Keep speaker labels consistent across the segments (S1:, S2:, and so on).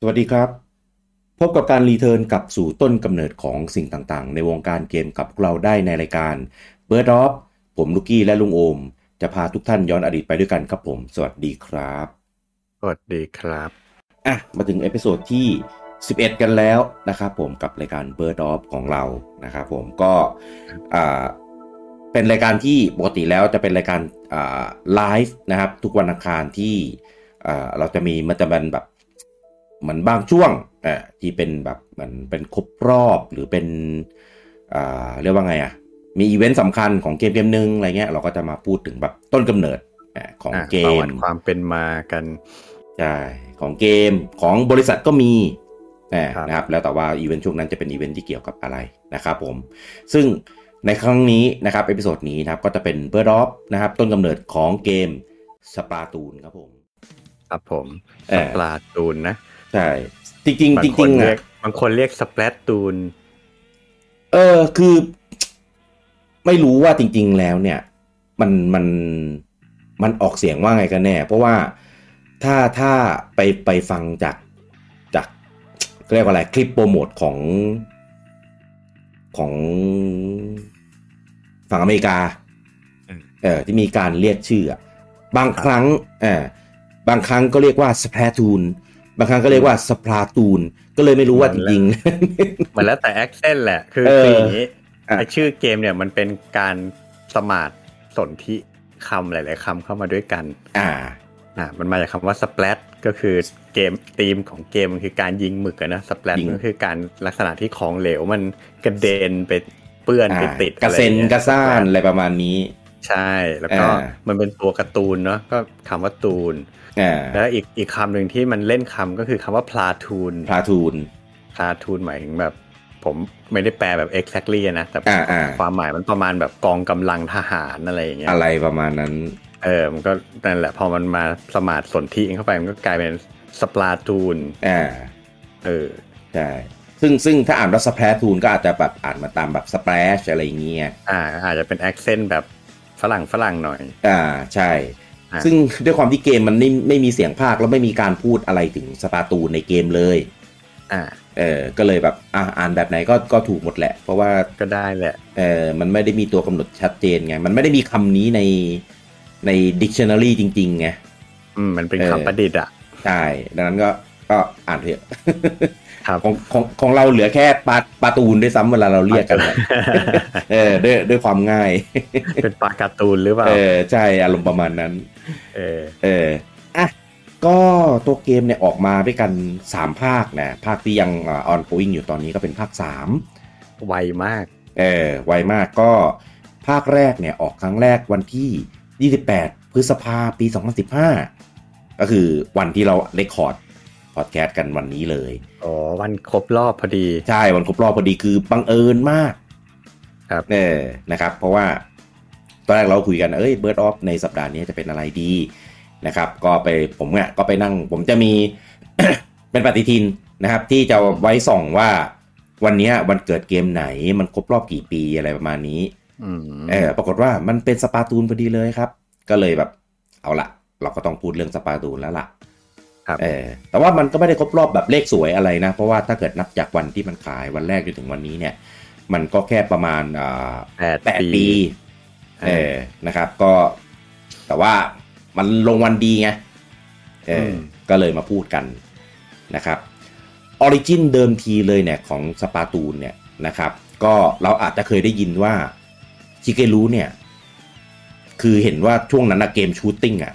S1: สวัสดีครับ พบกับการรีเทิร์นกลับสู่ต้นกำเนิดของสิ่งต่างๆ ในวงการเกมกับพวกเราได้ในรายการ b i r d o f ผมลูกี้และลุงโอม จะพาทุกท่านย้อนอดีตไปด้วยกันครับผม สวัสดีครับ
S2: สวัสดีครับ
S1: อ่ะมาถึงเอพิโซดที่ 11 กันแล้วนะครับผมกับรายการ b i r d o f ของเรานะครับผมก็อ่าเป็นรายการที่ปกติแล้วจะเป็นรายการอ่าไลฟ์นะครับ ทุกวันอังคารที่อ่าเราจะมีมันจะเป็นแบบ เหมือนบางช่วงอ่าที่เป็นแบบเหมือนเป็นครบรอบหรือเป็นอ่าเรียกว่าไงอ่ะ มีอีเวนต์สำคัญของเกมเกมหนึ่งอะไรเงี้ยเราก็จะมาพูดถึงแบบต้นกำเนิดอ่าของ
S2: อ่ะ
S1: เก
S2: ประวั
S1: ม
S2: ติความเป็นมากัน
S1: ใช่ของเกมของบริษัทก็มีนะครับ นะครับ แล้วแต่ว่าอีเวนต์ช่วงนั้นจะเป็นอีเวนต์ที่เกี่ยวกับอะไรนะครับผม ซึ่งในครั้งนี้นะครับ เอพิโซดนี้นะครับ ก็จะเป็นเบอร์ดอฟนะครับ ต้นกำเนิดของเกมสปาตูนครับผม
S2: ครับผม
S1: เอ่
S2: ส
S1: อ
S2: ปลาตูนนะ
S1: ใช่ จริงจริง
S2: บา
S1: จ
S2: งคน
S1: ริงๆ
S2: เรี
S1: อ่ะ
S2: ยกบางคนเรียกสเปลตตู น
S1: เออคือ ไม่รู้ว่าจริง ๆ แล้วเนี่ย มันมันมันออกเสียงว่าไงกันแน่ เพราะว่าถ้าถ้าไปไปฟังจากจากเรียกว่าอะไรคลิปโปรโมทของของฝั่งอเมริกา
S2: อืม
S1: เออที่มีการเรียกชื่ออะบางครั้งเออบางครั้งก็เรียกว่าสเปรตูนบางครั้งก็เรียกว่าสปราตูนก็เลยไม่รู้ว่าจริง
S2: เหมือนแล้วแต่แอคเซนต์แหละ คือ
S1: เออ
S2: คืออย่างนี้
S1: อ่ะ
S2: ไอชื่อเกมเนี่ยมันเป็นการสมาร์ทสนธิคำหลาย ๆคำเข้ามาด้วยกัน
S1: ๆ อ่า
S2: อ่ะมันมาจากคำว่าสเปลตก็คือเกมธีมของเกมมันคือการยิงหมึกอะนะสเปลต
S1: ยิง
S2: ก็คือการลักษณะที่ของเหลวมันกระเด็นไปเปื้อน
S1: อ่า
S2: ไปติด
S1: กระเซ็น
S2: อไอย่งงี้ย
S1: กระซ่านอะไรประมาณนี้
S2: ใช่ แล้วก็
S1: อ่า
S2: มันเป็นตัวการ์ตูนเนาะ ก็คำว่าตูน
S1: อ่า
S2: แล้วอีกอีกคำหนึ่งที่มันเล่นคำก็คือคำว่าพลาทูน
S1: พลาทูน
S2: พลาทูนหมายถึงแบบ ผมไม่ได้แปลแบบ exactly นะ แต่
S1: อ่าอ่า
S2: ความหมายมันประมาณแบบกองกำลังทหารอะไรอย่างเงี้ย
S1: อะไรประมาณนั้น
S2: เออ มันก็นั่นแหละ พอมันมาสมาร์ทสนธิเข้าไป มันก็กลายเป็นสปลาทูน
S1: อ่า
S2: เออ
S1: ใช่ ซึ่งซึ่งถ้าอ่านว่าสแปรทูนก็อาจจะแบบอ่านมาตามแบบสเปรชอะไรอย่างเงี้ย
S2: อ่า อาจจะเป็น accent แบบฝรั่งฝรั่งหน่อย
S1: อ่า ใช่
S2: อ่า
S1: ซึ่ง ด้วยความที่เกมมันไม่ไม่มีเสียงภาคแล้วไม่มีการพูดอะไรถึงสปาตูนในเกมเลย
S2: อ่า
S1: เออ ก็เลยแบบอ่ะอ่านแบบไหนก็ก็ถูกหมดแหละ เพราะว่า
S2: ก็ได้แหละ
S1: เออมันไม่ได้มีตัวกำหนดชัดเจนไง มันไม่ได้มีคำนี้ในใน dictionary จริงๆไง
S2: อืม มันเป็น
S1: เออ
S2: คำประดิษฐ์อ่ะ
S1: ใช่ ดังนั้นก็ก็อ่านเถอะ
S2: ครับ
S1: ของของของเราเหลือแค่ปลาปลาตูนด้วยซ้ำเวลาเราเรียกกันอะเออด้วยด้วยความง่าย
S2: เป็นปลาการ์ตูนหรือเปล่า
S1: เออใช่อารมณ์ประมาณนั้น
S2: เออ
S1: เอออ่ะก็ตัวเกมเนี่ยออกมาด้วยกัน 3 ภาคนะภาคที่ยังออนโ i อิงอยู่ตอนนี้ก็เป็นภาค 3
S2: ไวมาก
S1: เออไวมากก็ภาคแรกเนี่ยออกครั้งแรกวันที่ 28 พฤษภาปี 2015 ก็คือวันที่เราเรคคอร์ดพอดแคสต์กันวันนี้เลย
S2: อ๋อวันครบรอบพอดี
S1: ใช่วันครบรอบพอดีคือบังเอิญมาก
S2: ครับ
S1: เออนะครับ เพราะว่าตอนแรกเราคุยกันเอ้ยเบิร์ดออฟในสัปดาห์นี้จะเป็นอะไรดีนะครับ ก็ไปผมเนี่ยก็ไปนั่ง ผมจะมี เป็นปฏิทินนะครับ ที่จะไว้ส่องว่าวันเนี้ยวันเกิดเกมไหนมันครบรอบกี่ปีอะไรประมาณนี้
S2: อืม
S1: เออปรากฏว่ามันเป็นสปาตูนพอดีเลยครับ ก็เลยแบบเอาละเราก็ต้องพูดเรื่องสปาตูนแล้วล่ะ
S2: ครับ
S1: เออแต่ว่ามันก็ไม่ได้ครบรอบแบบเลขสวยอะไรนะ เพราะว่าถ้าเกิดนับจากวันที่มันขายวันแรกจนถึงวันนี้เนี่ย มันก็แค่ประมาณอ่า
S2: แปด
S1: แปดปี
S2: ปี
S1: เออนะครับ ก็แต่ว่ามันลงวันดีไงเอออ
S2: ม
S1: ก็เลยมาพูดกันนะครับออริจินเดิมทีเลยเนี่ยของสปาตูนเนี่ยนะครับ ก็เราอาจจะเคยได้ยินว่าชิเกรู้เนี่ย คือเห็นว่าช่วงนั้นนะเกมชูตติ้งอะ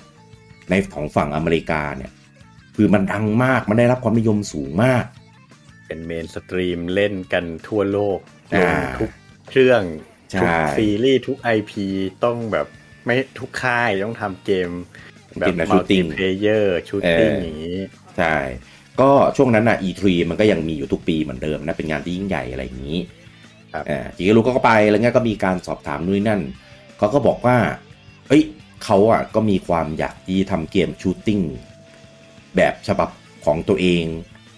S1: ในของฝั่งอเมริกาเนี่ย คือมันดังมากมันได้รับความนิยมสูงมาก
S2: เป็นเมนสตรีมเล่นกันทั่วโลก
S1: อ่า
S2: ลงทุกเครื่อง
S1: ใช่
S2: ทุกซีรีส์ทุก IP ต้องแบบไม่ทุกค่ายต้องทำเกม แบบ
S1: เป็นแบบ
S2: มัลติ
S1: shooting
S2: เพลเยอร์ชูตติ้งอย่างนี้
S1: ใช่ ก็ช่วงนั้นน่ะ E3 มันก็ยังมีอยู่ทุกปีเหมือนเดิมนะ เป็นงานที่ยิ่งใหญ่อะไรอย่างนี้
S2: ครับ
S1: เออจิกรู้ก็ไปแล้วเงี้ยก็มีการสอบถามนู่นนนั่นเขาก็บอกว่า เอ้ยเขาอ่ะก็มีความอยากที่ทำเกมชูตติ้งแบบฉบับของตัวเอง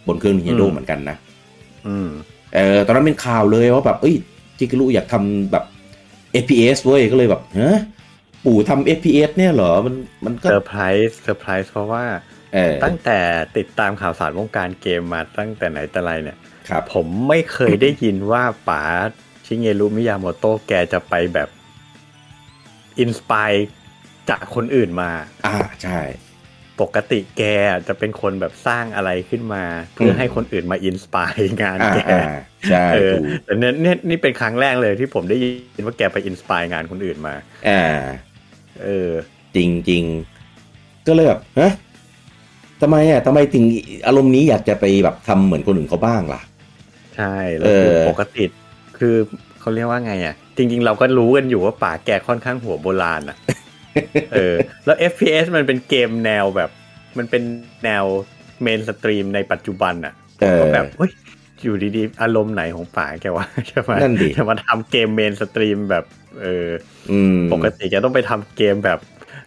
S1: บนเครื่อง Nintendo เหมือนกันนะ
S2: อืม
S1: เออตอนนั้นเป็นข่าวเลยว่าแบบเอ้ยจิกรุอยากทำแบบ FPS เว้ยก็เลยแบบเฮ้ปู่ทำ FPS เนี่ยเหรอมันมันก็
S2: เซอร์ไพรส์เซอร์ไพรส์เพราะว่า
S1: เออ
S2: ตั้งแต่ติดตามข่าวสารวงการเกมมาตั้งแต่ไหนแต่ไรเนี่ย
S1: ครับ
S2: ผมไม่เคยได้ยินว่าป๋าชิเงรุมิยาโมโตะแกจะไปแบบอินสปายจากคนอื่นมา
S1: อ่าใช่
S2: ปกติแกจะเป็นคนแบบสร้างอะไรขึ้นมา เพื่อให้คนอื่นมาอินสปายงาน
S1: อ่า
S2: แก
S1: อ่าใช่
S2: เออ
S1: ถูก
S2: แต่เนี่ยเนี่ยนี่เป็นครั้งแรกเลยที่ผมได้ยินว่าแกไปอินสปายงานคนอื่นมา
S1: อ่า
S2: เออ
S1: จริงจริงๆ ก็เลยแบบฮะทำไมอ่ะทำไมถึงอารมณ์นี้อยากจะไปแบบทำเหมือนคนอื่นเขาบ้างล่ะ
S2: ใช่แล้วคือ
S1: เออ
S2: ปกติคือเขาเรียกว่าไงอ่ะ จริง ๆ เราก็รู้กันอยู่ว่าป่าแกค่อนข้างหัวโบราณอ่ะ เออ แล้ว FPS มันเป็นเกมแนวแบบ มันเป็นแนวเมนสตรีมในปัจจุบันอ่ะ
S1: เออ
S2: ก็แบบเฮ้ยอยู่ดีๆ อารมณ์ไหนของป่าแกวะ จะมา
S1: นั่นดิ
S2: จะมาทำเกมเมนสตรีมแบบเออ
S1: อืม
S2: อปกติแกต้องไปทำเกมแบบ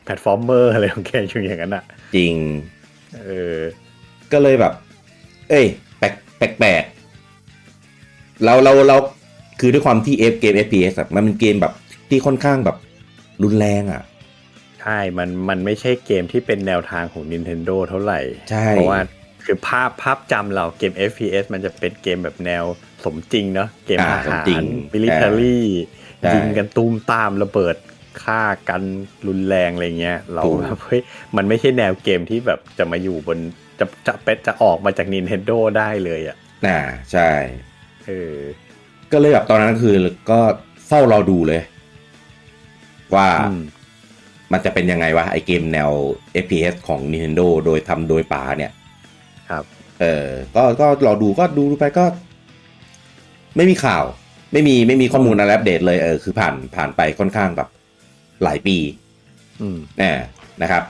S2: แพลตฟอร์มเมอร์อะไรของแกอยู่อย่างนั้นอ่ะ
S1: จริง
S2: เออ
S1: ก็เลยแบบ เอ้ย แปลกแปลกแปลกเราเราเราคือด้วยความที่เอฟเกม FPS อะมันเป็นเกมแบบที่ค่อนข้างแบบรุนแรงอ่ะ
S2: ใช่ มัน มันไม่ใช่เกมที่เป็นแนวทางของ Nintendo เท่าไหร่
S1: ใช่
S2: เพราะว่าคือภาพภาพจำเราเกม FPS มันจะเป็นเกมแบบแนวสมจริงเนาะ เกมอา
S1: อ่าสม
S2: หาร
S1: จริง
S2: มิลิเตอรี่
S1: ใช่
S2: ยิงกันตุ้มตามระเบิดฆ่ากันรุนแรงอะไรเงี้ย เรา
S1: ถูก
S2: แบบเฮ้ย มันไม่ใช่แนวเกมที่แบบจะมาอยู่บน จะ จะเป็นจะออกมาจาก Nintendo ได้เลยอะ่ะ
S1: น่าใช่
S2: เออ
S1: ก็เลยแบบตอนนั้นคือก็เฝ้ารอดูเลย ว่า
S2: อืม
S1: มันจะเป็นยังไงวะไอเกมแนว FPS ของ Nintendo โดยทำโดยป๋าเนี่ย
S2: ครับ
S1: เออ ก็ก็รอดูก็ดูไปก็ ไม่มีข่าว ไม่มีไม่มีข้อมูลอะไรอัปเดตเลยเออคือผ่านผ่านไปค่อนข้างแบบหลายปี
S2: อืม
S1: แน่นะครับ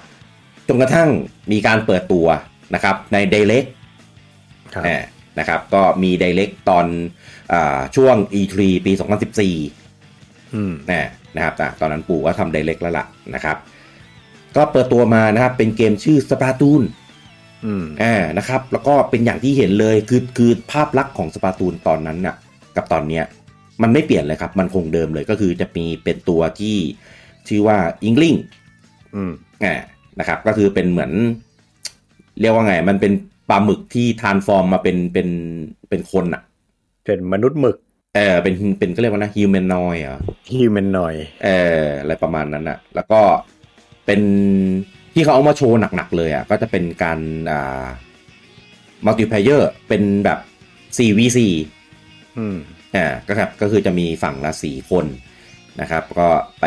S1: จนกระทั่งมีการเปิดตัวนะครับใน Direct
S2: ครับ
S1: แน่นะครับก็มี Direct ตอนอาช่วง E3 ปี 2014
S2: อืม
S1: แน่นะครับอ่ะตอนนั้นปู่ก็ทำ Direct แล้วล่ะนะครับ ก็เปิดตัวมานะครับเป็นเกมชื่อ Splatoon
S2: อืม
S1: อ่านะครับแล้วก็เป็นอย่างที่เห็นเลยคือคือภาพลักษณ์ของ Splatoon ตอนนั้นน่ะกับตอนเนี้ยมันไม่เปลี่ยนเลยครับ มันคงเดิมเลยก็คือจะมีเป็นตัวที่ชื่อว่า Inkling
S2: อืม
S1: อ่านะครับก็คือเป็นเหมือน เรียกว่าไง มันเป็นปลาหมึกที่ทานฟอร์มมาเป็นเป็นเป็นคนอะ
S2: เป็นมนุษย์หมึก
S1: เออเป็นเป็นก็เรียกว่านะฮิวแมนนอยอ่ะ
S2: ฮิวแมนหน่อย
S1: เอออะไรประมาณนั้นอะแล้วก็เป็นที่เขาเอามาโชว์หนักๆเลยอะก็จะเป็นการอ่ามัลติเพเยอร์เป็นแบบ 4v4
S2: อืม
S1: อ่าก็ครับก็คือจะมีฝั่งละสี่คนนะครับ ก็ไป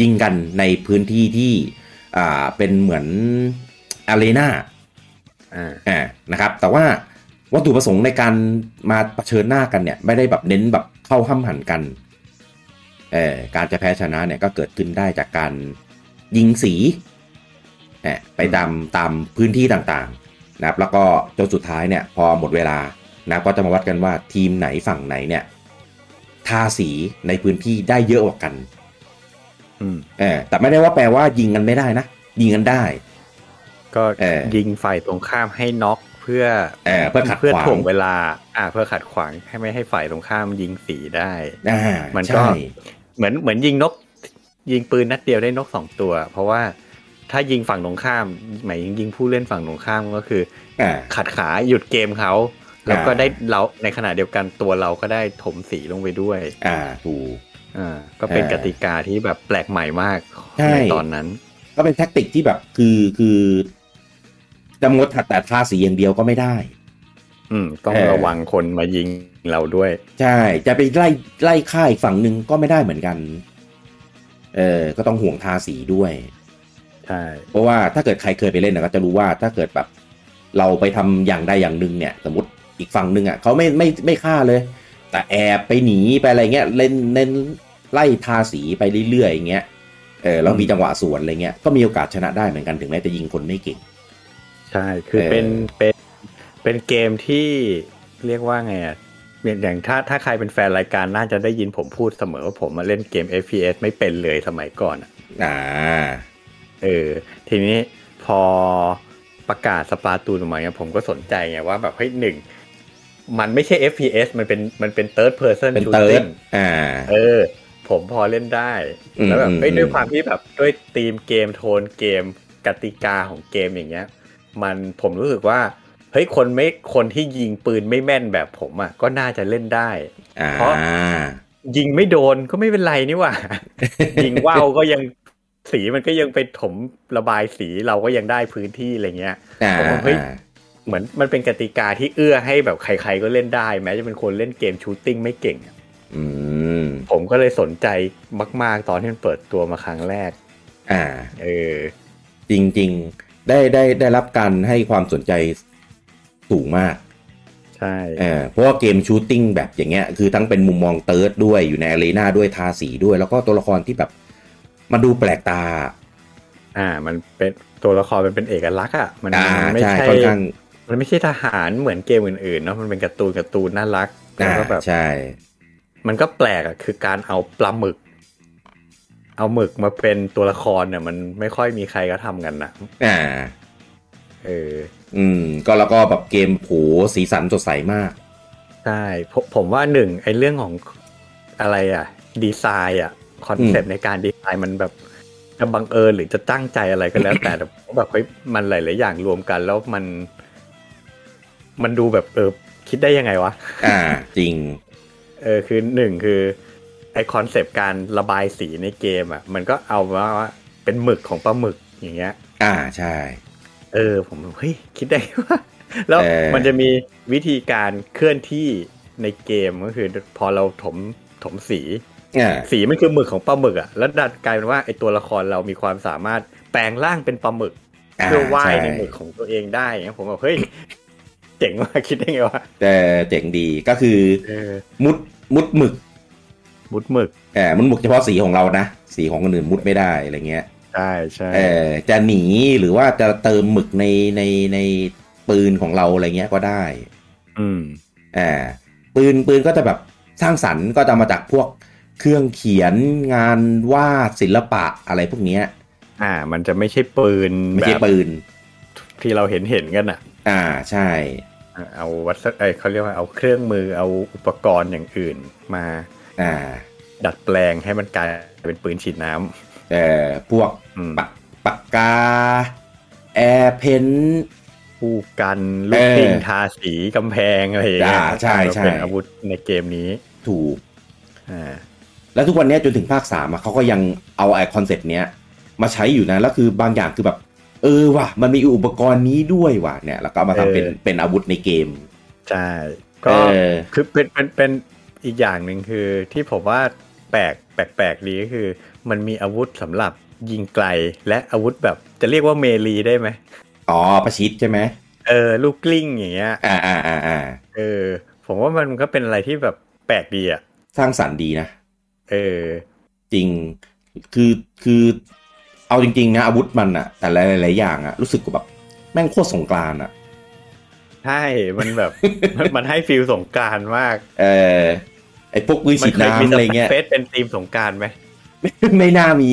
S1: ยิงกันในพื้นที่ที่อ่าเป็นเหมือนอารีนา
S2: อ่า
S1: อ่านะครับ แต่ว่าวัตถุประสงค์ในการมาเผชิญหน้ากันเนี่ย ไม่ได้แบบเน้นแบบเข้าห้ำหันกันเออการจะแพ้ชนะเนี่ยก็เกิดขึ้นได้จากการยิงสีเอ่อไปตามตามพื้นที่ต่างๆนะครับ แล้วก็จนสุดท้ายเนี่ยพอหมดเวลานะครับก็จะมาวัดกันว่าทีมไหนฝั่งไหนเนี่ยทาสีในพื้นที่ได้เยอะกว่ากัน
S2: อืม
S1: เออแต่ไม่ได้ว่าแปลว่ายิงกันไม่ได้นะ ยิงกันได้
S2: ก็
S1: เออ
S2: ยิงฝ่ายตรงข้ามให้น็อกเพื่อ
S1: เออเพื่อขัดขวาง
S2: เพื่อถ่วงเวลา อ่า เพื่อขัดขวางให้ไม่ให้ฝ่ายตรงข้ามยิงสีได้
S1: อ่า
S2: มันก็
S1: ใช่
S2: เหมือนเหมือนยิงนก ยิงปืนนัดเดียวได้นกสองตัว เพราะว่าถ้ายิงฝั่งตรงข้าม หมายถึงยิงผู้เล่นฝั่งตรงข้ามก็คือ
S1: อ่า
S2: ขัดขาหยุดเกมเขา แล้วก็
S1: อ่า
S2: ได้เราในขณะเดียวกันตัวเราก็ได้ถมสีลงไปด้วย
S1: อ่าถูก
S2: อ่าก็เป็น
S1: เออก
S2: ติกาที่แบบแปลกใหม่มาก
S1: ใช่
S2: ในตอนนั้น
S1: ก็เป็นแท็กติกที่แบบคือคือจะงดถัดแต่ทาสีอย่างเดียวก็ไม่ได้
S2: อืม ต้อง
S1: เออ
S2: ระวังคนมายิงเราด้วย
S1: ใช่ จะไปไล่ไล่ค่าอีกฝั่งหนึ่งก็ไม่ได้เหมือนกัน เออก็ต้องห่วงทาสีด้วย
S2: ใช่
S1: เพราะว่าถ้าเกิดใครเคยไปเล่นนะก็จะรู้ว่าถ้าเกิดแบบ เราไปทำอย่างใดอย่างหนึ่งเนี่ย สมมติอีกฝั่งหนึ่งอ่ะเขาไม่ไม่ไม่ฆ่าเลย แต่แอบไปหนีไปอะไรเงี้ยเล่นเล่นไล่ทาสีไปเรื่อยๆอย่างเงี้ยเออแล้วมีจังหวะสวนอะไรเงี้ยก็มีโอกาสชนะได้เหมือนกันถึงแม้จะยิงคนไม่เก่ง
S2: ใช่ คือ
S1: เออ
S2: เป็น เป็น เป็นเกมที่เรียกว่าไงอ่ะเนี่ยอย่างถ้า ถ้าใครเป็นแฟนรายการน่าจะได้ยินผมพูดเสมอว่าผมมาเล่นเกม FPS ไม่เป็นเลยสมัยก่อนอะ
S1: อ่า
S2: เออ ทีนี้พอประกาศสปาตูนออกมาเนี่ยผมก็สนใจไงว่าแบบเฮ้ยหนึ่ง มันไม่ใช่ FPS มันเป็น มันเป็น third person
S1: เป็นเติร์ด
S2: shooting
S1: อ่า
S2: เออ ผมพอเล่นได้
S1: อืม
S2: แล้วแบบเอ้ย
S1: อืม
S2: ด้วยความที่แบบด้วยธีมเกมโทนเกมกติกาของเกมอย่างเงี้ย มันผมรู้สึกว่า เฮ้ยคนไม่คนที่ยิงปืนไม่แม่นแบบผมอ่ะก็น่าจะเล่นได้
S1: อ่า
S2: เพราะ ยิงไม่โดนก็ไม่เป็นไรนี่หว่า ยิงว่าวก็ยังสีมันก็ยังไปถมระบายสีเราก็ยังได้พื้นที่อะไรเงี้ย
S1: อ่า
S2: ผมว่าเฮ้ย เหมือนมันเป็นกติกาที่เอื้อให้แบบใครๆก็เล่นได้ แม้จะเป็นคนเล่นเกมชูตติ้งไม่เก่ง
S1: อืม
S2: ผมก็เลยสนใจมาก ๆ ตอนที่มันเปิดตัวมาครั้งแรก
S1: อ่า
S2: เออ
S1: จริงๆ ได้ได้ได้รับการให้ความสนใจสูงมาก
S2: ใช่
S1: เออเพราะว่าเกมชูตติ้งแบบอย่างเงี้ย คือทั้งเป็นมุมมองเติร์ดด้วยอยู่ในอารีนาด้วยทาสีด้วย แล้วก็ตัวละครที่แบบ มันดูแปลกตา
S2: อ่า มันเป็นตัวละครมันเป็นเอกลักษณ์อ่ะมัน
S1: อ่า
S2: มันไม่
S1: ใช่
S2: ใช่
S1: ค่อนข้าง
S2: มันไม่ใช่ทหารเหมือนเกมอื่นๆเนาะมันเป็นการ์ตูนการ์ตูนน่ารักแล้
S1: อ่าว
S2: ก็แบบ
S1: ใช่
S2: มันก็แปลกอะคือการเอาปลาหมึก เอาหมึกมาเป็นตัวละครเนี่ย มันไม่ค่อยมีใครก็ทำกันนะ
S1: อ่า
S2: เออ
S1: อืม ก็แล้วก็แบบเกมโผสีสันสดใสมาก
S2: ใช่ผมผมว่าหนึ่งไอ้เรื่องของอะไรอะดีไซน์อะคอนเซปต์ในการดีไซน์มันแบบจะบังเอิญหรือจะตั้งใจอะไรก็แล้ว แต่แต่ผมแบบเฮ้ยมันหลายๆอย่างรวมกัน แล้วมัน มันดูแบบเออคิดได้ยังไงวะ
S1: อ่า จริง
S2: เออคือหนึ่งคือไอคอนเซปต์การระบายสีในเกมอ่ะ มันก็เอามาว่าเป็นหมึกของปลาหมึกอย่างเงี้ย
S1: อ่าใช่
S2: เออผมเฮ้ยคิดได้ว่า แล้ว
S1: เออ
S2: มันจะมีวิธีการเคลื่อนที่ในเกมก็คือพอเราถมถมสี
S1: อ่า
S2: สีมันคือหมึกของปลาหมึกอ่ะแล้วดันกลายเป็นว่าไอตัวละครเรามีความสามารถแปลงร่างเป็นปลาหมึก
S1: า
S2: เพื่อว่ายในหมึก
S1: ช่
S2: ของตัวเองได้อย่างเงี้ยผมแบบเฮ้ย เจ๋งว่ะคิดได้ไงวะ
S1: แต่เจ๋งดีก็คือ
S2: เออ
S1: มุดมุดหมึก
S2: มุดหมึก
S1: เออมันหมึกเฉพาะสีของเรานะ สีของคนอื่นมุดไม่ได้อะไรเงี้ย
S2: ใช่ใช่
S1: เออจะหนีหรือว่าจะเติมหมึกในในในปืนของเราอะไรเงี้ยก็ได้
S2: อืม
S1: อ่าปืนปืนก็จะแบบสร้างสรรค์ก็จะมาจากพวกเครื่องเขียนงานวาดศิลปะอะไรพวกเนี้ย
S2: อ่า มันจะไม่ใช่ปืน
S1: ไม่ใช่
S2: แบบ
S1: ปืน
S2: ที่เราเห็นเห็นกันอ่ะ
S1: อ่าใช่
S2: เอาวัสดุเอ้ยเขาเรียกว่าเอาเครื่องมือเอาอุปกรณ์อย่างอื่นมา
S1: อ่า
S2: ดัดแปลงให้มันกลายเป็นปืนฉีดน้ำ
S1: เอ่อพวก
S2: อืม
S1: ปากปากกาแอร์เพน
S2: คู่กันลูก
S1: เออ
S2: ทิ้งทาสีกำแพงอะไรอย่างเงี้ย
S1: อ่าใช่ใช่
S2: เป็นอาวุธในเกมนี้
S1: ถูก
S2: อ่า
S1: แล้วทุกวันเนี้ยจนถึงภาคสามอะเขาก็ยังเอาไอคอนเซ็ปต์เนี้ยมาใช้อยู่นะ แล้วคือบางอย่างคือแบบ เออว่ะ มันมีอุปกรณ์นี้ด้วยว่ะเนี่ย แล้วก็เอามาทำเป็นเป็นอาวุธในเกม
S2: ใช่
S1: เอ
S2: ก็
S1: อ
S2: คือเป็นเป็นเป็นอีกอย่างหนึ่งคือที่ผมว่าแปลกแปลกแปลกดีก็คือ มันมีอาวุธสำหรับยิงไกลและอาวุธแบบจะเรียกว่าเมลีได้ไหม
S1: อ๋อประชิดใช่ไหม
S2: เออลูกกลิ้งอย่างเงี้ย
S1: อ่าอ่าอ่าอ่า
S2: เออผมว่ามันก็เป็นอะไรที่แบบแปลกดีอ่ะ
S1: สร้างสรรค์ดีนะ
S2: เออ
S1: จริงคือคือเอาจริง ๆ นะ อาวุธมันอะแต่หลายๆอย่างอะรู้สึกว่าแบบแม่งโคตรสงกรานต์อะ
S2: ใช่ มันแบบ มันมันให้ฟิลสงกรารมาก
S1: เออไอพวกมือฉีด
S2: เคยมี
S1: น้ำอะไรเงี้ย
S2: เฟสเป็นทีมสงกรารไหม
S1: ไม่น่ามี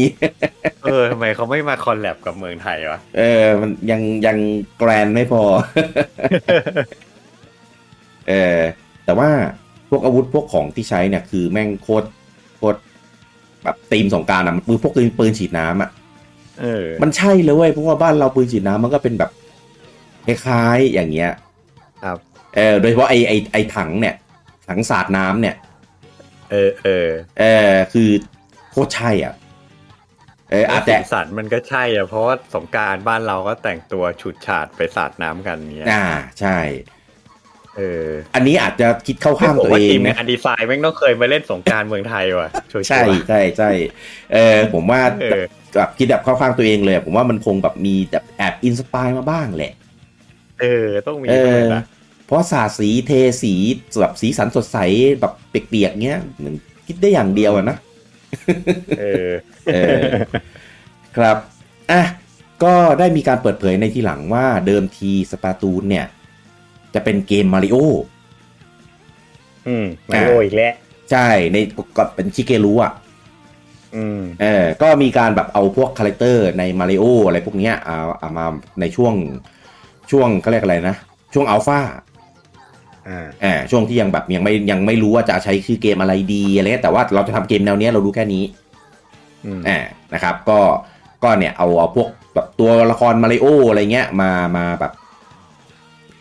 S2: เออทำไมเขาไม่มาคอลแลบกับเมืองไทยวะ
S1: เออ มันยังยังแกรนไม่พอ เออแต่ว่าพวกอาวุธพวกของที่ใช้เนี่ยคือแม่งโคตรโคตรแบบตีมสงกรารอ่ะมันปืนพวกปืนปืนฉีดน้ำอ่ะ
S2: เออ
S1: มันใช่เลยเว้ยเพราะว่าบ้านเราปืนฉีดน้ำมันก็เป็นแบบคล้ายๆอย่างเงี้ย
S2: ครับ
S1: เออโดยเฉพาะไอไอไอถังเนี่ย ถังสาดน้ำเนี่ย
S2: เออเออ
S1: เออคือโคตรใช่อ่ะเอออาจ
S2: แต่
S1: จะ
S2: สัตว์มันก็ใช่อ่ะ เพราะว่าสงกรารบ้านเราก็แต่งตัวฉุดฉาดไปสาดน้ำกันเนี้ย
S1: อ่าใช่
S2: เออ
S1: อันนี้อาจจะคิดเข้าข้าง
S2: ผม
S1: ตัว
S2: ว่า
S1: เอ
S2: ที
S1: ง
S2: ม
S1: นะ
S2: งานดีไซน์แม่งต้องเคยมาเล่นสงกรารเมืองไทยว่ะชัวร์ๆ
S1: ใช่ใช่ใช่เออผมว่า
S2: เออ
S1: แบบคิดแบบเข้าข้างตัวเองเลยอะผมว่ามันคงแบบมีแบบแอบอินสปายมาบ้างแหละ
S2: เออ ต้องมี
S1: เออ
S2: นะ
S1: เพราะสาดสีเทสีแบบสีสันสดใสแบบเปียกๆเงี้ยมันคิดได้อย่างเดียวอะนะ
S2: เออ
S1: เอ อ ครับ อ่ะ ก็ได้มีการเปิดเผยในทีหลังว่าเดิมทีสปาตูนเนี่ย จะเป็นเกมมาริโอ
S2: อืมมาโรยอีกแล้ว
S1: ใช่ในก็เป็นชิเกรุอ่ะ
S2: อืม
S1: เออก็มีการแบบเอาพวกคาแรคเตอร์ในมาริโออะไรพวกเนี้ยเอาเอามาในช่วงช่วงเขาเรียกอะไรนะ ช่วงอัลฟา
S2: อ่า
S1: เออช่วงที่ยังแบบยังไม่ยังไม่รู้ว่าจะใช้ชื่อเกมอะไรดีอะไรเงี้ยแต่ว่าเราจะทำเกมแนวเนี้ยเรารู้แค่นี้
S2: อืม
S1: เออนะครับ ก็ ก็เนี่ยเอาเอาพวกแบบตัวละครมาริโออะไรเงี้ยมามาแบบ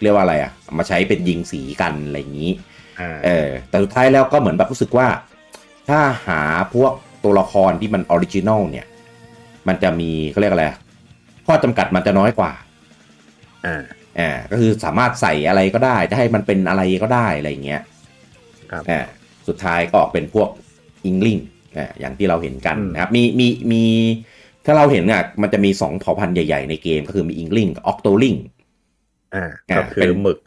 S1: เรียกว่าอะไรอะมาใช้เป็นยิงสีกันอะไรอย่างนี้
S2: อ่า
S1: เออแต่สุดท้ายแล้วก็เหมือนแบบรู้สึกว่า ถ้าหาพวกตัวละครที่มันออริจินอลเนี่ย มันจะมีเขาเรียกอะไร ข้อจำกัดมันจะน้อยกว่า
S2: อ่า
S1: อ่าก็คือสามารถใส่อะไรก็ได้ จะให้มันเป็นอะไรก็ได้อะไรอย่างเงี้ย
S2: ครับ
S1: อ่าสุดท้ายก็ออกเป็นพวกอิงลิงอ่าอย่างที่เราเห็นกัน
S2: อืม
S1: นะครับ มีมีมีถ้าเราเห็นอ่ะมันจะมีสองเผ่าพันธุ์ใหญ่ๆในเกมก็คือมีอิงลิงกับออกโตลิง
S2: อ่า
S1: อ่า
S2: ก็คื
S1: เป็
S2: อน หมึก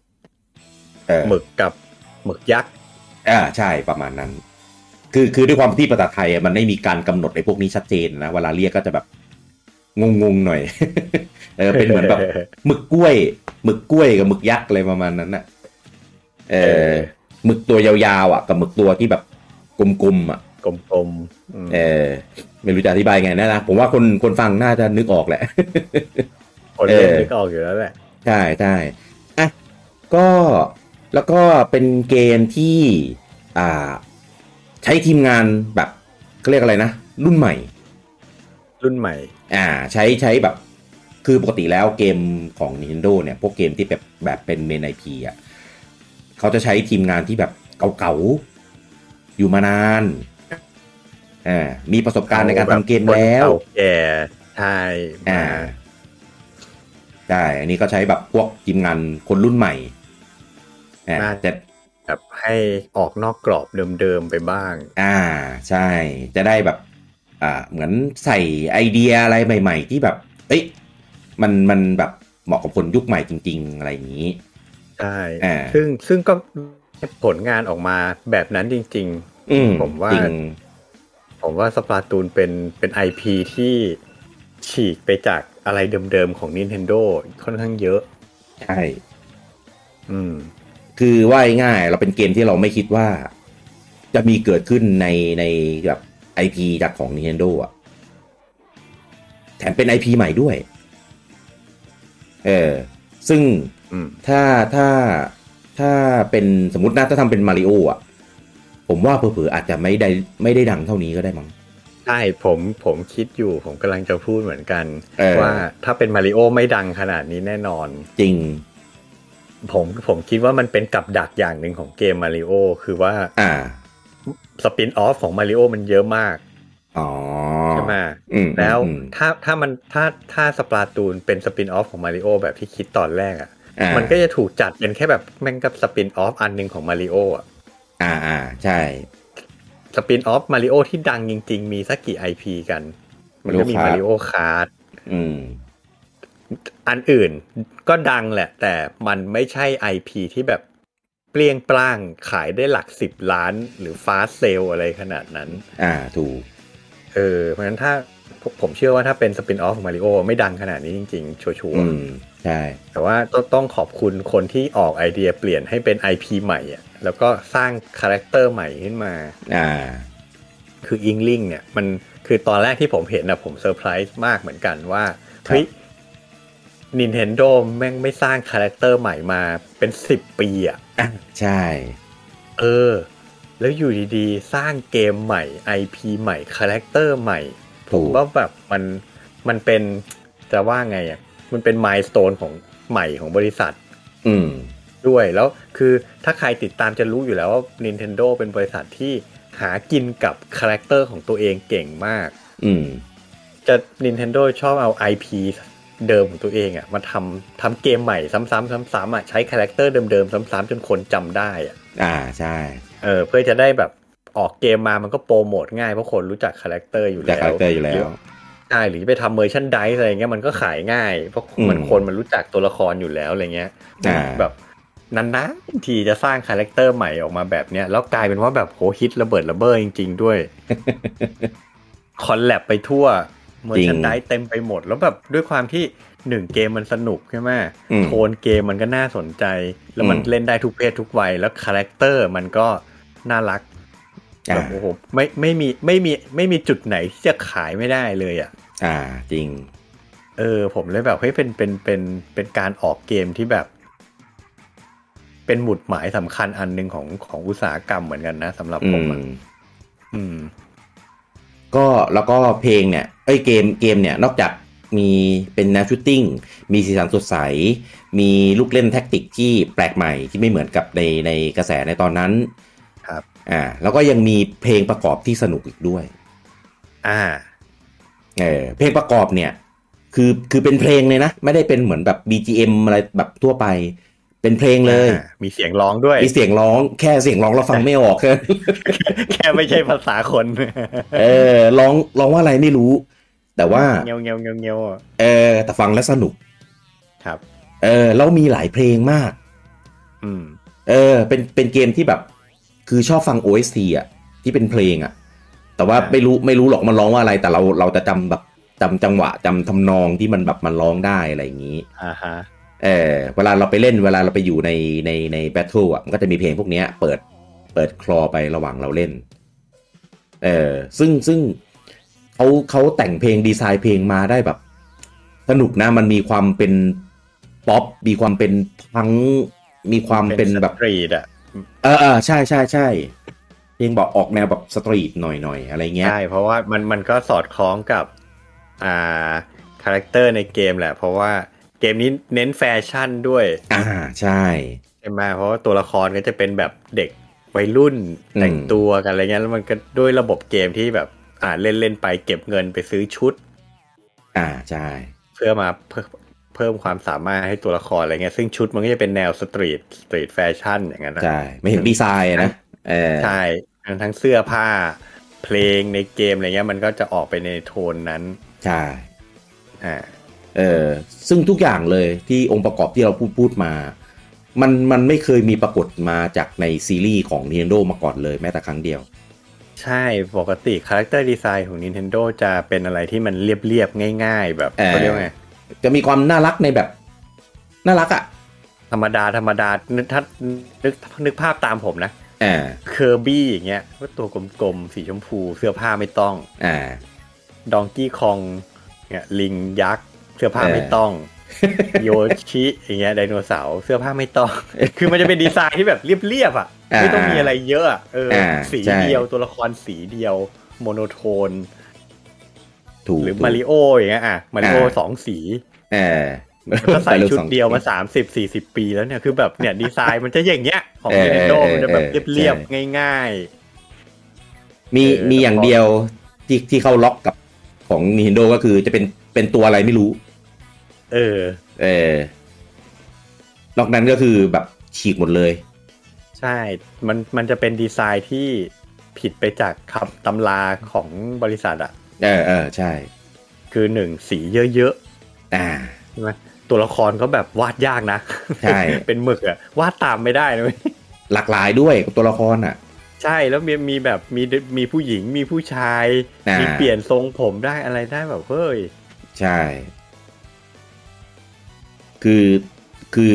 S1: เออ
S2: หมึกกับหมึกยักษ์
S1: อ่าใช่ประมาณนั้น คือคือด้วยความที่ภาษาไทยอะมันไม่มีการกำหนดไอ้พวกนี้ชัดเจนนะเวลาเรียกก็จะแบบงงงๆหน่อย เออเป็นเหมือน แบบ หมึกกล้วยหมึกกล้วยกับหมึกยักษ์อะไรประมาณนั้นน่ะเอ
S2: เอ
S1: อ
S2: อ
S1: หมึกตัวยาวๆอ่ะกับหมึกตัวที่แบบกลมๆอ่ะ
S2: กลมๆอืม
S1: เออไม่รู้จะอธิบายไงนะนะผมว่าคนคนฟังน่าจะนึกออกแหละ
S2: คนเล่น
S1: เออ
S2: นึกออกอยู่แล้วแหละ
S1: ใช่ใช่อ่ะก็แล้วก็เป็นเกมที่อ่าใช้ทีมงานแบบก็เรียกอะไรนะ รุ่นใหม่
S2: รุ่นใหม่
S1: อ่าใช้ใช้แบบ คือปกติแล้วเกมของ Nintendo เนี่ย พวกเกมที่แบบแบบเป็นเมนไอพีอ่ะเขาจะใช้ทีมงานที่แบบเก่าๆ อยู่มานานอ่ามีประสบการณ์ในการทำเกมแล้ว
S2: เก่าแก่ใช่
S1: อ่า
S2: มา
S1: ใช่อันนี้ก็ใช้แบบพวกทีมงานคนรุ่นใหม่อ่าจะ
S2: แบบให้ออกนอกกรอบเดิมๆไปบ้าง
S1: อ่าใช่ จะได้แบบ อ่า เหมือนใส่ไอเดียอะไรใหม่ ๆ ที่แบบ เอ้ยมันมันแบบเหมาะกับคนยุคใหม่จริง ๆ อะไรอย่างนี้
S2: ใช่
S1: อ่า
S2: ซึ่งซึ่งก็ผลงานออกมาแบบนั้นจริง
S1: อืม
S2: ผมว่า
S1: จริง
S2: ๆ ผมว่าสปาตูนเป็นเป็นไอพที่ฉีกไปจากอะไรเดิมๆของ Nintendo ค่อนข้างเยอะ
S1: ใช่
S2: อืม
S1: คือว่าง่ายๆเราเป็นเกมที่เราไม่คิดว่า จะมีเกิดขึ้นในในแบบไอพีจากของ Nintendo อ่ะ แถมเป็นไอพีใหม่ด้วย เออ ซึ่ง
S2: อืม
S1: ถ้าถ้าถ้าเป็นสมมตินะถ้าทำเป็นมาริโออ่ะ ผมว่าเผลอๆอาจจะไม่ได้ไม่ได้ดังเท่านี้ก็ได้มั้ง
S2: ใช่ผมผมคิดอยู่ผมกำลังจะพูดเหมือนกัน
S1: เออ
S2: ว่าถ้าเป็นมาริโอไม่ดังขนาดนี้แน่นอน
S1: จริง
S2: ผมผมคิดว่ามันเป็นกับดักอย่างหนึ่งของเกมมาริโอคือว่า
S1: อ่า
S2: สปินออฟของมาริโอมันเยอะมาก
S1: อ๋อ
S2: ใช่ไหม
S1: อืม
S2: แล้ว
S1: อืม
S2: ถ้าถ้ามันถ้าถ้าสปาตูนเป็นสปินออฟของมาริโอแบบที่คิดตอนแรกอ่ะ
S1: อ่า
S2: มันก็จะถูกจัดเป็นแค่แบบแม่งกับสปินออฟอันหนึ่งของมาริโออ่ะ
S1: อ่าอ่าใช่
S2: สปินออฟมาริโอที่ดังจริง ๆ มีสักกี่ไอพีกันมันก็มี
S1: Mario Kart
S2: มาริโอคาร์ด
S1: อืม
S2: อันอื่นก็ดังแหละ แต่มันไม่ใช่ไอพีที่แบบเปลี่ยงปล้างขายได้หลักสิบล้านหรือฟาสเซลอะไรขนาดนั้น
S1: อ่าถูก
S2: เออเพราะฉะนั้นถ้าผมผมเชื่อว่าถ้าเป็นสปินออฟของมาริโอไม่ดังขนาดนี้จริงๆ ชัวร์
S1: อื
S2: ๆ
S1: ม ใช่
S2: แต่ว่าต้องต้องขอบคุณคนที่ออกไอเดียเปลี่ยนให้เป็น IP ใหม่อะแล้วก็สร้างคาแรคเตอร์ใหม่ขึ้นมา
S1: อ่า
S2: คืออิงลิงเนี่ยมันคือตอนแรกที่ผมเห็นนะผมเซอร์ไพรส์มากเหมือนกันว่า
S1: ครับ
S2: เฮ้ย Nintendo แม่งไม่สร้างคาแรคเตอร์ใหม่มาเป็น 10 ปีอะ
S1: อ่ะใช่
S2: เออ แล้วอยู่ดีๆ สร้างเกมใหม่ IP ใหม่คาแรคเตอร์ใหม่
S1: ถูก
S2: ว่าแบบมันมันเป็นจะว่าไงอะมันเป็นมายสเตนของใหม่ของบริษัท
S1: อืม
S2: ด้วยแล้วคือถ้าใครติดตามจะรู้อยู่แล้วว่า Nintendo เป็นบริษัทที่หากินกับคาแรคเตอร์ของตัวเองเก่งมาก
S1: อืม
S2: จะ Nintendo ชอบเอา IP เดิมของตัวเองอะมาทำทำเกมใหม่ซ้ำๆซ้ำๆอะใช้คาแรคเตอร์เดิมๆซ้ำๆจนคนจำได้อะ
S1: อ่าใช่
S2: เออเพื่อจะได้แบบออกเกมมามันก็โปรโมทง่ายเพราะคนรู้จักคาแรคเตอร์อยู่
S1: แต่
S2: แล้ว
S1: คาแรคเตอร์อยู่แล้ว
S2: ใช่หรือไปทำเมอร์ชันไดส์อะไรเงี้ยมันก็ขายง่ายเพราะมัน
S1: อืม
S2: คนมันรู้จักตัวละครอยู่แล้วอะไรเงี้ย
S1: อ่า
S2: แบบนานๆทีจะสร้างคาแรคเตอร์ใหม่ออกมาแบบเนี้ยแล้วกลายเป็นว่าแบบโหฮิตระเบิดระเบ้อจริง ๆ ด้วย คอลแลบไปทั่วเมอร์ชันไดเต็มไปหมด แล้วแบบด้วยความที่หนึ่งเกมมันสนุกใช่ไหม
S1: อืม
S2: โทนเกมมันก็น่าสนใจ แล้วมัน
S1: อืม
S2: เล่นได้ทุกเพศทุกวัย แล้วคาแรคเตอร์มันก็น่ารัก
S1: อ่า
S2: แบบโอ้โหไม่ไม่มีไม่มีไม่มีจุดไหนที่จะขายไม่ได้เลยอ่ะ
S1: อ่าจริง
S2: เออผมเลยแบบเฮ้ยเป็นเป็นเป็นเป็นการออกเกมที่แบบ เป็นหมุดหมายสำคัญอันหนึ่งของของอุตสาหกรรมเหมือนกันนะสำหรับ
S1: อื
S2: ผม
S1: ม
S2: อะอืม
S1: ก็แล้วก็เพลงเนี่ยเอ้ยเกมเกมเนี่ยนอกจากมีเป็นแนวชูตติ้งมีสีสันสดใส มีลูกเล่นแท็กติกที่แปลกใหม่ที่ไม่เหมือนกับในในกระแสในตอนนั้น
S2: ครับ
S1: อ่าแล้วก็ยังมีเพลงประกอบที่สนุกอีกด้วย
S2: อ่า
S1: เออเพลงประกอบเนี่ยคือคือเป็นเพลงเลยนะ ไม่ได้เป็นเหมือนแบบ BGM อะไรแบบทั่วไป เป็นเพลงเลย
S2: อ่ามีเสียงร้องด้วย
S1: มีเสียงร้องแค่เสียงร้องเราฟังไม่ออก
S2: แค่ไม่ใช่ภาษาคน
S1: เออร้องร้องว่าอะไรไม่รู้ แต่ว่า
S2: เงียวเงียวเงียวเงียวอ่ะ
S1: เออแต่ฟังแล้วสนุก
S2: ครับ
S1: เออแล้วมีหลายเพลงมาก
S2: อืม
S1: เออเป็นเป็นเกมที่แบบ คือชอบฟัง OST อ่ะที่เป็นเพลงอ่ะ แต่ว่า
S2: อ่า
S1: ไม่รู้ไม่รู้หรอกมันร้องว่าอะไร แต่เราเราจะจำแบบจำจังหวะจำทำนองที่มันแบบมันร้องได้อะไรอย่างนี้
S2: อ่าฮะ
S1: เออเวลาเราไปเล่นเวลาเราไปอยู่ในในในแบทเทิลอ่ะมันก็จะมีเพลงพวกเนี้ย เปิดเปิดคลอไประหว่างเราเล่นเออซึ่งซึ่งเขาเขาแต่งเพลงดีไซน์เพลงมาได้แบบ สนุกนะมันมีความเป็นป๊อปมีความเป็นพังก์มีความเป็นแบบ
S2: สตรีดอ่ะ
S1: เออเออใช่ใช่ใช่เพลงบอกออกแนวแบบสตรีทหน่อยหน่อยอะไรเงี้ย
S2: ใช่เพราะว่ามันมันก็สอดคล้องกับ อ่าคาแรคเตอร์ในเกมแหละ เพราะว่าเกมนี้เน้นแฟชั่นด้วย
S1: อ่าใช่
S2: ใช่ไหมเพราะว่าตัวละครก็จะเป็นแบบเด็กวัยรุ่นแต่งตัวกันอะไรเงี้ยแล้วมันก็ด้วยระบบเกมที่แบบ อ่าเล่นเล่นๆไปเก็บเงินไปซื้อชุด
S1: อ่าใช่
S2: เพื่อมาเพิ่มเพิ่มความสามารถให้ตัวละครอะไรเงี้ยซึ่งชุดมันก็จะเป็นแนวสตรีทสตรีทแฟชั่นอย่างนั้นนะ
S1: ใช่ไม่เห็นดีไซน์อะนะเออ
S2: ใช่ทั้งเสื้อผ้า เพลงในเกมอะไรเงี้ยมันก็จะออกไปในโทนนั้น
S1: ใช่
S2: อ่า
S1: เออซึ่งทุกอย่างเลยที่องค์ประกอบที่เราพูดพูดมา มันมันไม่เคยมีปรากฏมาจากในซีรีส์ของ Nintendo มาก่อนเลยแม้แต่ครั้งเดียว
S2: ใช่ปกติคาแรคเตอร์ดีไซน์ของ Nintendo จะเป็นอะไรที่มันเรียบๆ ง่ายๆ แบบ
S1: เอ่อ
S2: เขาเรียกว่าไง
S1: จะมีความน่ารักในแบบ น่ารักอะ่ะ
S2: ธรรมดาธรรมดานึกถ้านึกนึกภาพตามผมนะ
S1: อ่า
S2: เคอร์บี้อย่างเงี้ยก็ตัวกลมๆ สีชมพูเสื้อผ้าไม่ต้อง
S1: อ่า
S2: ดองกี้คองเนี่ยลิงยักษ์ เสื้อผ้า
S1: เอ่อ
S2: ไม่ต้องโยชิอย่างเงี้ยไดโนเสาร์เสื้อผ้าไม่ต้อง คือมันจะเป็นดีไซน์ที่แบบเรียบๆอ่ะไม่ต้องมีอะไรเยอะอะเอออา สี
S1: ใช่
S2: เดียวตัวละครสีเดียวโมโนโทน
S1: ถูก
S2: หรือ
S1: ถูก
S2: มาริโออย่างเงี้ยอ่ะมาริโอ
S1: อ่า
S2: สองสี
S1: เออ
S2: ก็ใส่
S1: ไปรื่อง
S2: ชุด
S1: สอง
S2: เดียวมาสามสิบสี่สิบปีแล้วเนี่ยคือแบบเนี่ย ดีไซน์มันจะอย่างเงี้ยของ
S1: เออ
S2: Nintendo
S1: เออ
S2: มันจะแบบ
S1: เออ
S2: เรียบ
S1: ใช่
S2: ๆ ง่าย
S1: มี
S2: เออ
S1: มี
S2: แล้ว
S1: อย่าง
S2: ก็
S1: เดียวที่ที่เข้าล็อกกับของ Nintendo ก็คือจะเป็นเป็นตัวอะไรไม่รู้
S2: ๆ เออ
S1: เออนอกนั้นก็คือแบบฉีกหมดเลย
S2: ใช่ มันมันจะเป็นดีไซน์ที่ผิดไปจากคำตำราของบริษัทอ่ะ
S1: เออเออใช่
S2: คือหนึ่งสีเยอะ
S1: อ่า
S2: ๆใช่ไหมตัวละครก็แบบวาดยากนะ
S1: ใช่
S2: เป็นหมึกอ่ะ วาดตามไม่ได้นะเว้ย
S1: หลากหลายด้วยตัวละครอ่ะ
S2: ใช่แล้วมีมีแบบมีมีผู้หญิงมีผู้ชาย
S1: อ่ามี
S2: มีเปลี่ยนทรงผมได้อะไรได้แบบเฮ้ย
S1: ใช่ คือ คือ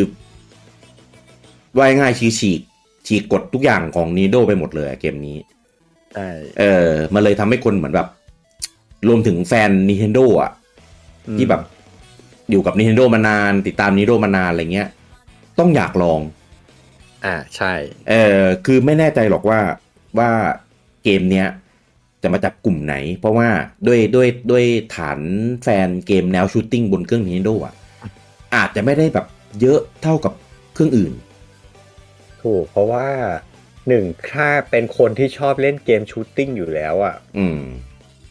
S1: ว่ายง่ายฉีกฉีกฉีกกฎทุกอย่างของนีโดไปหมดเลยอะเกมนี้
S2: ใช่
S1: เออ มันเลยทำให้คนเหมือนแบบ รวมถึงแฟน Nintendo อ่ะ ที่แบบ อยู่กับ Nintendo มานาน ติดตาม Nintendo มานานอะไรเงี้ย ต้องอยากลอง
S2: อ่าใช่
S1: เออคือไม่แน่ใจหรอกว่าว่าเกมเนี้ยจะมาจับกลุ่มไหน เพราะว่าด้วยด้วยด้วยฐานแฟนเกมแนวชูตติ้งบนเครื่อง Nintendo อ่ะอาจจะไม่ได้แบบเยอะเท่ากับเครื่องอื่น
S2: ถูกเพราะว่าหนึ่งถ้าเป็นคนที่ชอบเล่นเกมชูตติ้งอยู่แล้วอะ่ะ
S1: อืม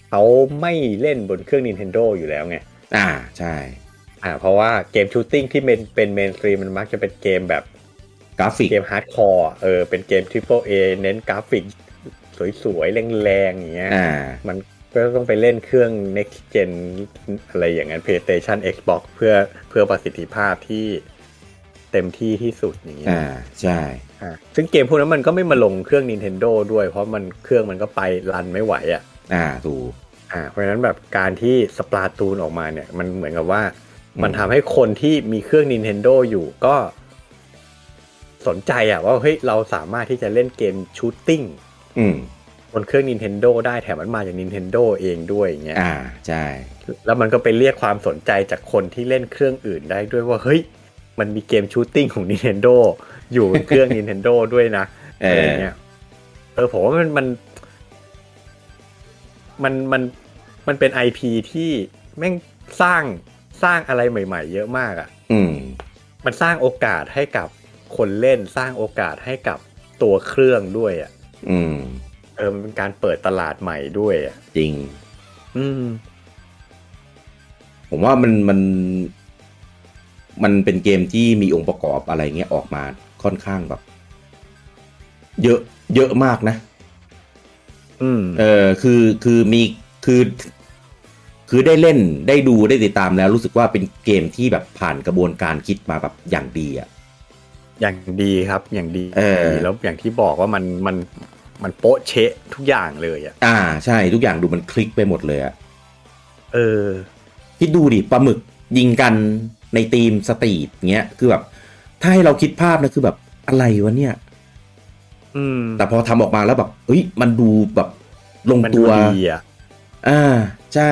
S2: เขาไม่เล่นบนเครื่อง Nintendo อยู่แล้วไง
S1: อ่าใช่
S2: อ่าเพราะว่าเกมชูตติ้งที่เป็นเป็นเมนสตรีมมันมักจะเป็นเกมแบบ
S1: กราฟิก
S2: เกมฮาร์ดคอร์เออเป็นเกมทริปเปิลเอเน้นกราฟิก สวยๆ แรงๆ อย่างเงี้ย
S1: อ่า
S2: มันก็ต้องไปเล่นเครื่อง next gen อะไรอย่างนั้น PlayStation Xbox เพื่อเพื่อประสิทธิภาพที่เต็มที่ที่สุดอย่างเงี้ย
S1: อ่าใช่
S2: อ่ะซึ่งเกมพวกนั้นมันก็ไม่มาลงเครื่อง Nintendo ด้วย เพราะมันเครื่องมันก็ไปรันไม่ไหวอ่ะ
S1: อ่าถูก
S2: อ่าเพราะฉะนั้นแบบการที่สปลาตูนออกมาเนี่ย มันเหมือนกับว่า
S1: อืม
S2: มันทำให้คนที่มีเครื่อง Nintendo อยู่ก็ สนใจอ่ะว่าเฮ้ยเราสามารถที่จะเล่นเกมชูตติ้ง
S1: อืม
S2: บนเครื่อง Nintendo ได้แถมมันมาจาก Nintendo เองด้วยอย่างเงี้ย
S1: อ่าใช่
S2: แล้วมันก็ไปเรียกความสนใจจากคนที่เล่นเครื่องอื่นได้ด้วยว่าเฮ้ยมันมีเกมชูตติ้งของ Nintendo อยู่บนเครื่อง Nintendo ด้วยนะ
S1: เอ
S2: อะไร
S1: อ
S2: เงี้ย เออผมว่ามันมัน มันมันมันเป็น IP ที่แม่งสร้างสร้างอะไรใหม่ ๆ เยอะมากอะ่ะ
S1: อืม
S2: มันสร้างโอกาสให้กับคนเล่นสร้างโอกาสให้กับตัวเครื่องด้วยอะ่ะ
S1: อืม
S2: เออมันเป็นการเปิดตลาดใหม่ด้วยอะ่ะ
S1: จริง
S2: อืม
S1: ผมว่ามันมัน มันเป็นเกมที่มีองค์ประกอบอะไรเงี้ยออกมาค่อนข้างแบบ เยอะ เยอะมากนะ
S2: อืม
S1: เออคือคือมีคือ คือได้เล่นได้ดูได้ติดตามแล้ว รู้สึกว่าเป็นเกมที่แบบผ่านกระบวนการคิดมาแบบอย่างดีอ่ะ
S2: อย่างดีครับอย่างดี
S1: เออ
S2: แล้วอย่างที่บอกว่ามันมันมันโป๊ะเชะทุกอย่างเลยอะ่ะ
S1: อ่า ใช่ทุกอย่างดูมันคลิกไปหมดเลยอ่ะ
S2: เออ
S1: คิดดูดิปลาหมึกยิงกันในทีมสตรีทเงี้ยคือแบบ ถ้าให้เราคิดภาพนะคือแบบอะไรวะเนี่ย
S2: อืม
S1: แต่พอทำออกมาแล้วแบบเฮ้ยมันดูแบบลง
S2: มัน
S1: ตั
S2: ดู
S1: ว
S2: ดีอ่ะ
S1: อ่าใช่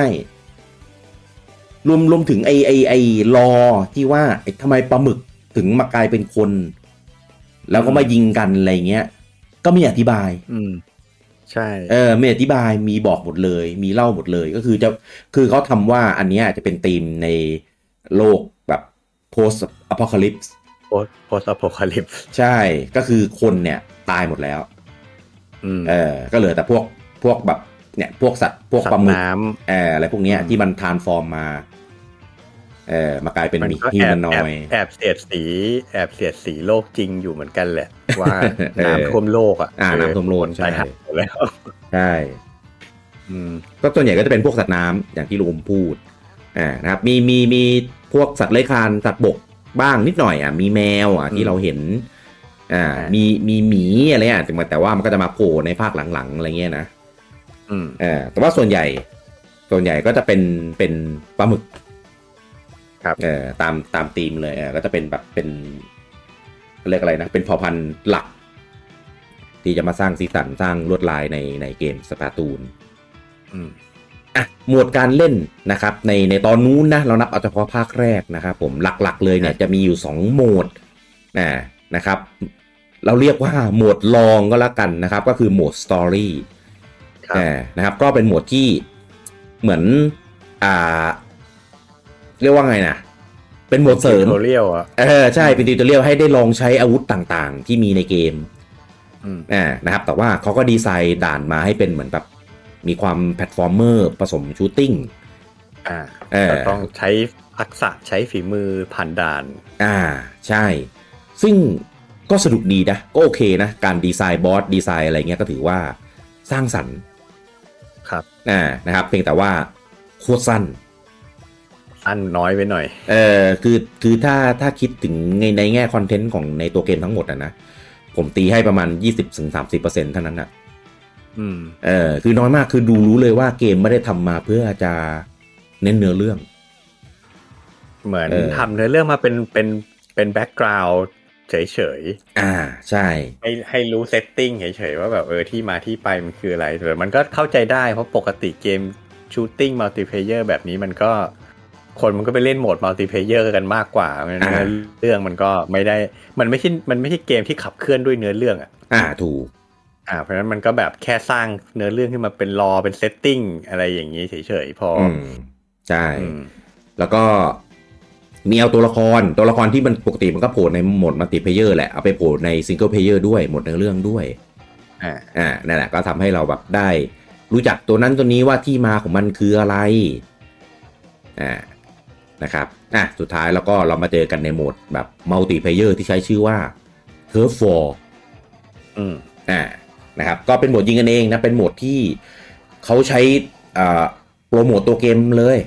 S1: รวมรวมถึงไอไอไอรอที่ว่าไอทำไมปลาหมึกถึงมากลายเป็นคน แล้วก็มายิงกันอะไรเงี้ย ก็มีอธิบาย
S2: อืม ใช่
S1: เออมีอธิบายมีบอกหมดเลย มีเล่าหมดเลยก็คือจะคือเขาทำว่าอันเนี้ยจะเป็นธีมในโลกแบบ post apocalypse
S2: โพสโพสอโพคาลิป
S1: ใช่ก็คือคนเนี่ยตายหมดแล้ว
S2: อืม
S1: เออ ก็เหลือแต่พวกพวกแบบเนี่ยพวกสัตว์พวก
S2: สัต
S1: ปลาห
S2: ว์
S1: มึก
S2: น้ำ
S1: เอออะไรพวกเนี้ย
S2: อืม
S1: ที่มันทานฟอร์มมา เออมากลายเป็น
S2: มัน
S1: มี
S2: ก็
S1: ฮิว
S2: แอ
S1: แม
S2: บ
S1: นนอ
S2: แอบ
S1: ย
S2: แอบเสียดสี แอบเสียดสีโลกจริงอยู่เหมือนกันแหละ ว่า
S1: เออ
S2: น้ำท่วมโลกอ่ะ
S1: อ่าน้ำท่วมโลกใช่
S2: ตายหักหมดแล้ว
S1: ใช่
S2: อืม
S1: ก็ส่วนใหญ่ก็จะเป็นพวกสัตว์น้ำอย่างที่ลุงพูดอ่านะครับ มีมีมีพวกสัตว์เลื้อยคลานสัตว์บกบ้างนิดหน่อยอ่ะมีแมวอ่ะที่เราเห็น อ่า
S2: ใช่
S1: มีมีหมีอะไรอ่ะแต่แต่ว่ามันก็จะมาโผล่ในภาคหลังๆอะไรเงี้ยนะ
S2: อืม
S1: เออแต่ว่าส่วนใหญ่ ส่วนใหญ่ก็จะเป็นเป็นปลาหมึก
S2: ครับ
S1: เออตามตามธีมเลยเออก็จะเป็นแบบเป็นเรียกอะไรนะ เป็นเผ่าพันธุ์หลัก ที่จะมาสร้างสีสันสร้างลวดลายในในเกมสปาตูน
S2: อืม
S1: อ่ะหมวดการเล่นนะครับ ในในตอนนู้นนะ เรานับเอาเฉพาะภาคแรกนะครับผมหลักๆเลยเนี่ยจะมีอยู่ 2 โหมดนะนะครับ เราเรียกว่าโหมดลองก็แล้วกันนะครับ ก็คือโหมดสตอรี่
S2: ครับ
S1: อ่านะครับก็เป็นหมวดที่เหมือนอ่าเรียกว่าไงนะเป็นหมวดเสริม
S2: โทเรียลอ่ะ
S1: เออใช่เป็นติวตเรียลให้ได้ลองใช้อาวุธต่างๆ ที่มีในเกม
S2: อืม
S1: อ่านะครับแต่ว่าเขาก็ดีไซน์ด่านมาให้เป็นเหมือนแบบมีความแพลตฟอร์มเมอร์ผสมชูตติ้ง
S2: อ่า
S1: เออ
S2: ก็ต้องใช้ทักษะใช้ฝีมือผ่านด่าน
S1: อ่าใช่ ซึ่งก็สนุกดีนะ ก็โอเคนะ การดีไซน์บอสดีไซน์อะไรเงี้ยก็ถือว่าสร้างสรรค์
S2: ครับ
S1: อ่านะครับเพียงแต่ว่าโคตรสั้น
S2: อันน้อยไปหน่อย
S1: เออคือคือถ้าถ้าคิดถึงในในแง่คอนเทนต์ของในตัวเกมทั้งหมดอะนะ ผมตีให้ประมาณ 20-30%เท่านั้นอะ
S2: อืม
S1: เออคือน้อยมากคือดูรู้เลยว่าเกมไม่ได้ทำมาเพื่อจะเน้นเนื้อเรื่อง
S2: เหมือน
S1: เออ
S2: ทำเนื้อเรื่องมาเป็นเป็นเป็นแบ็กกราวด์เฉยๆ
S1: อ่าใช่
S2: ให้ให้รู้เซตติ้งเฉยๆว่าแบบเออที่มาที่ไปมันคืออะไรแต่มันก็เข้าใจได้เพราะปกติเกมชูตติ้งมัลติเพเยอร์แบบนี้มันก็ คนมันก็ไปเล่นโหมดมัลติเพเยอร์กันมากกว่าเพราะฉะนั้น
S1: อ่า
S2: เรื่องมันก็ไม่ได้มันไม่ใช่มันไม่ใช่เกมที่ขับเคลื่อนด้วยเนื้อเรื่องอ่ะ
S1: อ่าถูก
S2: อ่าเพราะฉะนั้นมันก็แบบแค่สร้างเนื้อเรื่องขึ้นมาเป็นรอเป็นเซตติ้งอะไรอย่างนี้เฉยๆพอ
S1: อืม ใช่
S2: อืม
S1: แล้วก็มีเอาตัวละครตัวละครที่มันปกติมันก็โผล่ในโหมดมัลติเพเยอร์แหละ เอาไปโผล่ในซิงเกิลเพเยอร์ด้วยโหมดเนื้อเรื่องด้วย
S2: อ่า
S1: อ่านั่นแหละก็ทำให้เราแบบได้รู้จักตัวนั้นตัวนี้ว่าที่มาของมันคืออะไร อ่า นะครับ อ่ะ สุดท้ายแล้วก็เรามาเจอกันในโหมดแบบมัลติเพเยอร์ที่ใช้ชื่อว่า c u r v e
S2: อืม
S1: 4อ่า นะครับ ก็เป็นโหมดยิงกันเองนะ เป็นโหมดที่เขาใช้อ่าโปรโมตตัวเกมเลย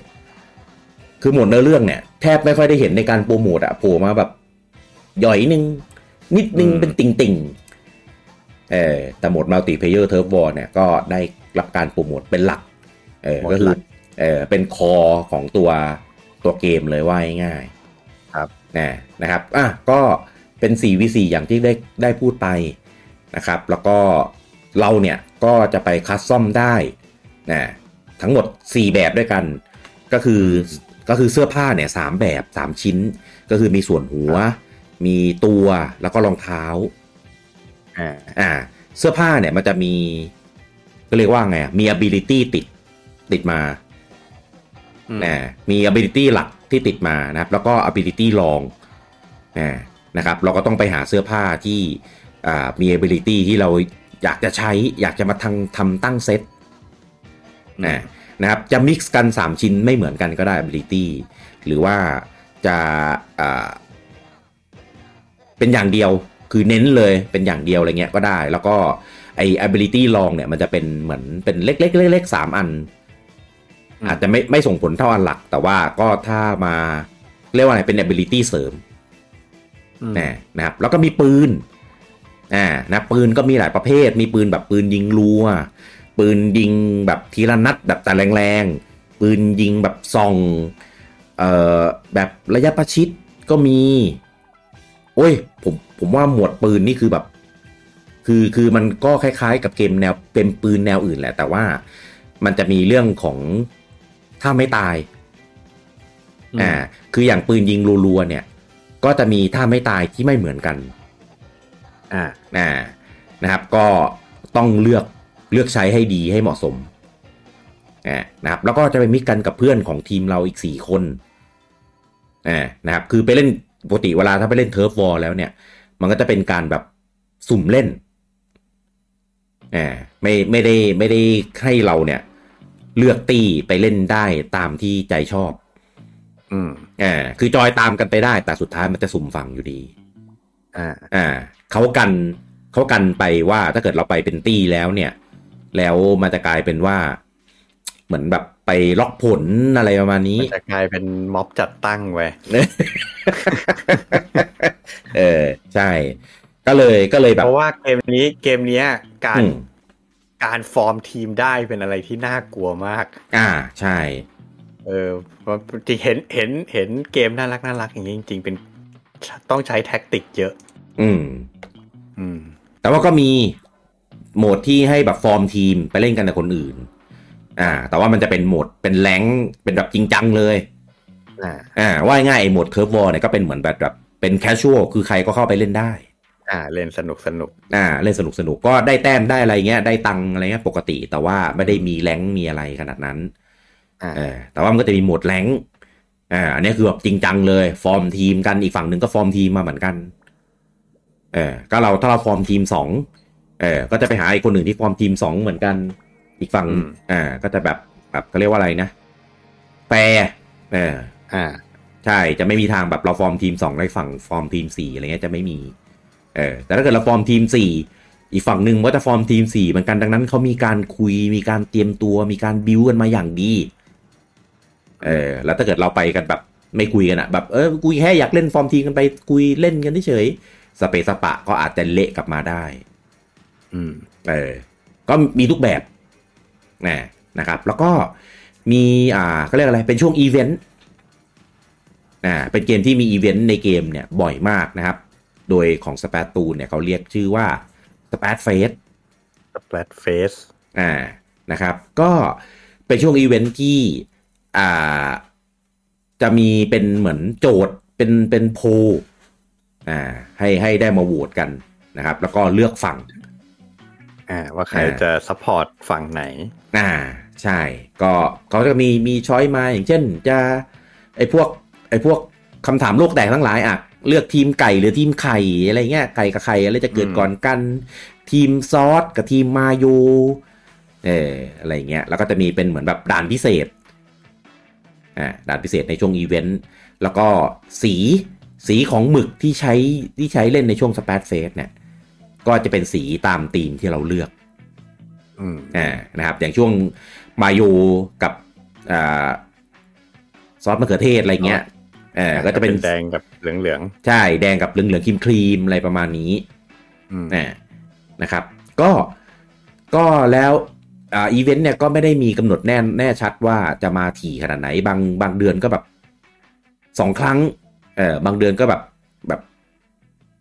S1: คือโหมดเนื้อเรื่องเนี่ย แทบไม่ค่อยได้เห็นในการโปรโมตอะโผล่มาแบบหย่อยนึง นิดนึงเป็นติ่งติ่งๆเออแต่โหมดมัลติเพเยอร์เทิร์ฟวอเนี่ยก็ได้รับการโปรโมตเป็นหลัก เออก็คือเออเป็นคอของตัวตัวเกมเลยว่าง่ายๆนะนะครับอ่ะก็เป็น 4v4 อย่างที่ได้ได้พูดไปนะครับ แล้วก็เราเนี่ยก็จะไปคัสซอมได้นะทั้งหมด 4 แบบด้วยกัน ก็คือก็คือเสื้อผ้าเนี่ยสามแบบสามชิ้น ก็คือมีส่วนหัว มีตัวแล้วก็รองเท้า
S2: อ่า
S1: อ่า เสื้อผ้าเนี่ยมันจะมีก็เรียกว่าไงอะมี ability ติด ติดมา
S2: อืม
S1: นะมี ability หลักที่ติดมานะครับ แล้วก็ ability รองนะนะครับ เราก็ต้องไปหาเสื้อผ้าที่อ่ามี ability ที่เราอยากจะใช้ อยากจะมาทำทำตั้งเซตนะนะครับ จะ mix กัน 3 ชิ้นไม่เหมือนกันก็ได้ ability หรือว่าจะอ่า เป็นอย่างเดียวคือเน้นเลยเป็นอย่างเดียวอะไรเงี้ยก็ได้ แล้วก็ไอ ability ลองเนี่ยมันจะเป็นเหมือนเป็นเล็กๆเล็กๆสามอัน
S2: อืม
S1: อาจจะไม่ไม่ส่งผลเท่าอันหลัก แต่ว่าก็ถ้ามาเรียกว่าอะไรเป็น ability เสริม
S2: อืม
S1: นะนะครับแล้วก็มีปืนอ่านะปืนก็มีหลายประเภท มีปืนแบบปืนยิงรัว ปืนยิงแบบทีละนัดแบบแต่แรงๆ ปืนยิงแบบส่องเอ่อแบบระยะประชิดก็มี โอ้ยผมผมว่าหมวดปืนนี่คือแบบ คือคือมันก็คล้ายๆ กับเกมแนวเป็นปืนแนวอื่นแหละ แต่ว่ามันจะมีเรื่องของถ้าไม่ตาย อ่า คืออย่างปืนยิงรัวๆเนี่ย ก็จะมีถ้าไม่ตายที่ไม่เหมือนกัน
S2: อ่า
S1: อ่านะครับก็ต้องเลือกเลือกใช้ให้ดีให้เหมาะสมอ่านะครับแล้วก็จะไปมิกกันกับเพื่อนของทีมเราอีก 4 คนอ่านะครับคือไปเล่นปกติเวลาถ้าไปเล่นเทิร์ฟวอลแล้วเนี่ย มันก็จะเป็นการแบบสุ่มเล่นอ่าไม่ไม่ได้ไม่ได้ให้เราเนี่ย เลือกตีไปเล่นได้ตามที่ใจชอบ
S2: อืม
S1: อ่าคือจอยตามกันไปได้ แต่สุดท้ายมันจะสุ่มฟังอยู่ดี
S2: อ่า
S1: อ่าเขากันเขากันไปว่าถ้าเกิดเราไปเป็นตี้แล้วเนี่ย แล้วมันจะกลายเป็นว่า เหมือนแบบไปล็อกผลอะไรประมาณนี้
S2: มันจะกลายเป็นม็อบจัดตั้งไว้ย
S1: เออ ใช่ ก็เลยก็เลยแบ
S2: เพ
S1: บ
S2: ราะว่าเกมนี้เกมเนี้ยการ
S1: อืม
S2: การฟอร์มทีมได้เป็นอะไรที่น่ากลัวมาก
S1: อ่าใช่
S2: เออเพราะจริงเห็นเห็นเห็นเกมน่ารักน่ารักอย่างนี้จริง ๆ เป็นต้องใช้แท็กติกเยอะ
S1: อืม
S2: อืม
S1: แต่ว่าก็มีโหมดที่ให้แบบฟอร์มทีมไปเล่นกันกับคนอื่น อ่า แต่ว่ามันจะเป็นโหมดเป็นแรงค์เป็นแบบจริงจังเลย
S2: อ่า
S1: อ่า ว่าง่ายๆไอ้โหมดเทิร์ฟวอลเนี่ยก็เป็นเหมือนแบบแบบเป็นแคชชวลคือใครก็เข้าไปเล่นได้
S2: อ่า เล่นสนุกสนุก
S1: อ่าเล่นสนุกสนุกก็ได้แต้มได้อะไรเงี้ยได้ตังค์อะไรเงี้ยปกติ แต่ว่าไม่ได้มีแรงค์มีอะไรขนาดนั้น
S2: อ่า
S1: เออแต่ว่ามันก็จะมีโหมดแรงค์อ่าอันนี้คือแบบจริงจังเลย ฟอร์มทีมกันอีกฝั่งหนึ่งก็ฟอร์มทีมมาเหมือนกันเออก็เราถ้าเราฟอร์มทีมสองเออก็จะไปหาไอ้คนหนึ่งที่ฟอร์มทีมสองเหมือนกัน อีกฝั่ง
S2: อืม
S1: อ่าก็จะแบบแบบเขาเรียกว่าอะไรนะแปรเออ
S2: อ่า
S1: ใช่จะไม่มีทางแบบเราฟอร์มทีมสองในฝั่งฟอร์มทีมสี่อะไรเงี้ยจะไม่มีเออแต่ถ้าเกิดเราฟอร์มทีมสี่อีกฝั่งหนึ่งก็จะฟอร์มทีมสี่เหมือนกันดังนั้นเขามีการคุยมีการเตรียมตัวมีการบิวกันมาอย่างดีเออแล้วถ้าเกิดเราไปกันแบบไม่คุยกันอะแบบเออคุยแค่อยากเล่นฟอร์มทีมกันไปคุยเล่นกันเฉยๆสเปซสปะก็อาจจะเละกลับมาได้
S2: อืม
S1: เออ ก็มีทุกแบบนะนะครับ แล้วก็มีอ่าเขาเรียกอะไร เป็นช่วงอีเวนต์นะเป็นเกมที่มีอีเวนต์ในเกมเนี่ยบ่อยมากนะครับ โดยของสเปตูเนี่ยเขาเรียกชื่อว่าสเปตเฟส
S2: แปลตเฟส
S1: อ่า นะครับ ก็เป็นช่วงอีเวนท์ที่ อ่า จะมีเป็นเหมือนโจทย์ เป็น เป็นโพลอ่า ให้ ให้ได้มาโหวตกันนะครับ แล้วก็เลือกฝั่ง
S2: อ่า ว่าใคร
S1: อ่า
S2: จะซัพพอร์ตฝั่งไหน
S1: อ่าใช่ก็เขาจะมีมีช้อยมาอย่างเช่นจะไอ้พวกไอ้พวกคำถามโลกแตกทั้งหลายอ่ะเลือกทีมไก่หรือทีมไข่อะไรเงี้ยไก่กับไข่อะไรจะเกิด
S2: อืม
S1: ก่อนกัน ทีมซอสกับทีมมาโยเอออะไรเงี้ยแล้วก็จะมีเป็นเหมือนแบบด่านพิเศษอ่าด่านพิเศษในช่วงอีเวนต์แล้วก็สีสีของหมึกที่ใช้ที่ใช้เล่นในช่วงสเปซเฟสเนี่ยก็จะเป็นสีตามธีมที่เราเลือก
S2: อืม
S1: อ่านะครับอย่างช่วงมาโยกับอ่าซอสมะเขือเทศอะไรเงี้ยเออก็จะเป็น
S2: แดงกับเหลืองเหลือง
S1: ใช่แดงกับเหลืองเหลืองครีมครีมๆอะไรประมาณนี้
S2: ๆอืม
S1: นะนะครับ ก็ก็แล้วอ่าอีเวนต์เนี่ยก็ไม่ได้มีกำหนดแน่แน่ชัดว่าจะมาถี่ขนาดไหน บางบางเดือนก็แบบสองครั้งเออบางเดือนก็แบบแบบ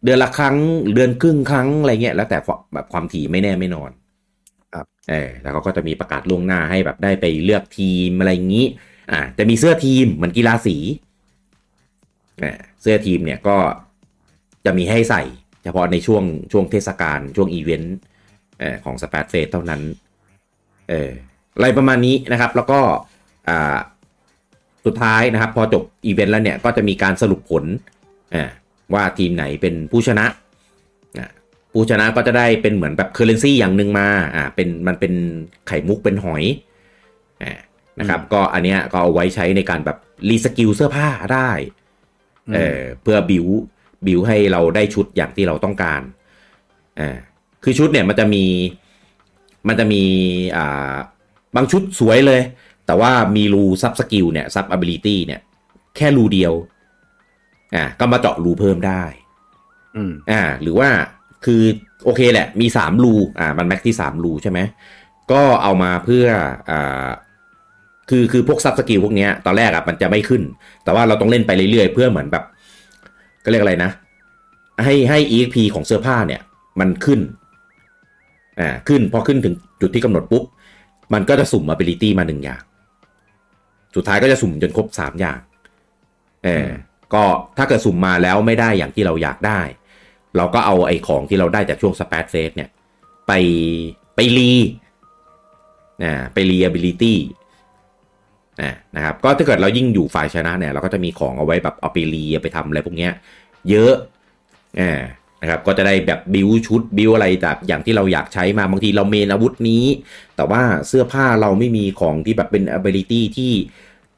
S1: เดือนละครั้งเดือนครึ่งครั้งอะไรเงี้ยแล้วแต่ความแบบความถี่ไม่แน่ไม่นอน เออแล้วเขาก็จะมีประกาศล่วงหน้าให้แบบได้ไปเลือกทีมอะไรอย่างนี้ อ่าจะมีเสื้อทีมเหมือนกีฬาสีอ่าเสื้อทีมเนี่ยก็จะมีให้ใส่ เฉพาะในช่วงช่วงเทศกาลช่วงอีเวนต์เอ่อของสเปซเฟสเท่านั้น เออ อะไรประมาณนี้นะครับ แล้วก็อ่าสุดท้ายนะครับ พอจบอีเวนต์แล้วเนี่ยก็จะมีการสรุปผลอ่าว่าทีมไหนเป็นผู้ชนะอ่าผู้ชนะก็จะได้เป็นเหมือนแบบเคอร์เรนซีอย่างหนึ่งมาอ่าเป็นมันเป็นไข่มุกเป็นหอยอ่านะครับ ก็อันเนี้ยก็เอาไว้ใช้ในการแบบรีสกิลเสื้อผ้าได้ เออเพื่อบิวบิวให้เราได้ชุดอย่างที่เราต้องการอ่าคือชุดเนี่ยมันจะมีมันจะมีอ่าบางชุดสวยเลย แต่ว่ามีรูซับสกิลเนี่ยซับอ b i l i t y เนี่ย แค่รูเดียวอ่าก็มาเจาะรูเพิ่มได้
S2: อืม
S1: อ่าหรือว่าคือโอเคแหละมี 3 รูอ่ามันแม็กที่3รูใช่ไหมก็เอามาเพื่ออ่าคือคือพวกซับสกิลพวกเนี้ยตอนแรกอ่ะมันจะไม่ขึ้น แต่ว่าเราต้องเล่นไปเรื่อยๆ เพื่อเหมือนแบบก็เรียกอะไรนะ ให้ให้ EXP ของเสื้อผ้าเนี่ย มันขึ้นอ่าขึ้นพอขึ้นถึงจุดที่กำหนดปุ๊บ มันก็จะสุ่ม ability มาหนึ่งอย่าง สุดท้ายก็จะสุ่มจนครบ 3 อย่างเออ
S2: อืม
S1: ก็ถ้าเกิดสุ่มมาแล้วไม่ได้อย่างที่เราอยากได้ เราก็เอาไอ้ของที่เราได้จากช่วงสเปซเฟสเนี่ย ไปไปรีนะไปรี ability นะนะครับ ก็ถ้าเกิดเรายิ่งอยู่ฝ่ายชนะเนี่ย เราก็จะมีของเอาไว้แบบเอาไปรีเอาไปทำอะไรพวกเนี้ย เยอะอ่านะครับ ก็จะได้แบบบิวชุดบิวอะไรจากอย่างที่เราอยากใช้มาบางทีเราเมนอาวุธนี้ แต่ว่าเสื้อผ้าเราไม่มีของที่แบบเป็น ability ที่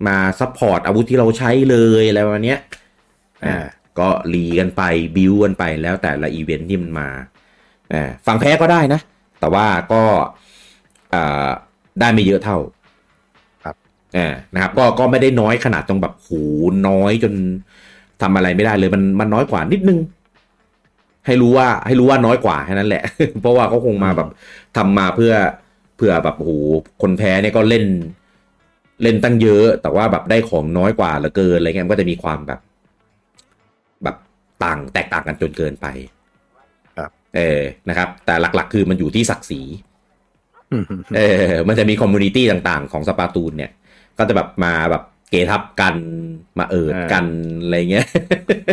S1: มาซัพพอร์ตอาวุธที่เราใช้เลยอะไรประมาณเนี้ย อ่า ก็รีกันไปบิวกันไปแล้วแต่ละอีเวนท์ที่มันมา อ่า ฝั่งแพ้ก็ได้นะ แต่ว่าก็อ่าได้ไม่เยอะเท่า
S2: ครับ
S1: อ่านะครับ ก็ก็ไม่ได้น้อยขนาดตรงแบบโหน้อยจนทำอะไรไม่ได้เลยมันมันน้อยกว่านิดนึง ให้รู้ว่าให้รู้ว่าน้อยกว่าแค่นั้นแหละ เพราะว่าเขาคงมาแบบทำมาเพื่อเพื่อแบบโอ้โหคนแพ้เนี่ยก็เล่น เล่นตั้งเยอะ แต่ว่าแบบได้ของน้อยกว่าเหลือเกินอะไรเงี้ยมันก็จะมีความแบบ แบบต่างแตกต่างกันจนเกินไป
S2: ครับ
S1: เออนะครับ แต่หลักๆ คือมันอยู่ที่ศักดิ์ศรี
S2: อืม
S1: เออ มันจะมีคอมมูนิตี้ต่างๆ ของสปาตูนเนี่ย ก็จะแบบมาแบบเกทับกันมาเอิดกันอะไรเงี้ย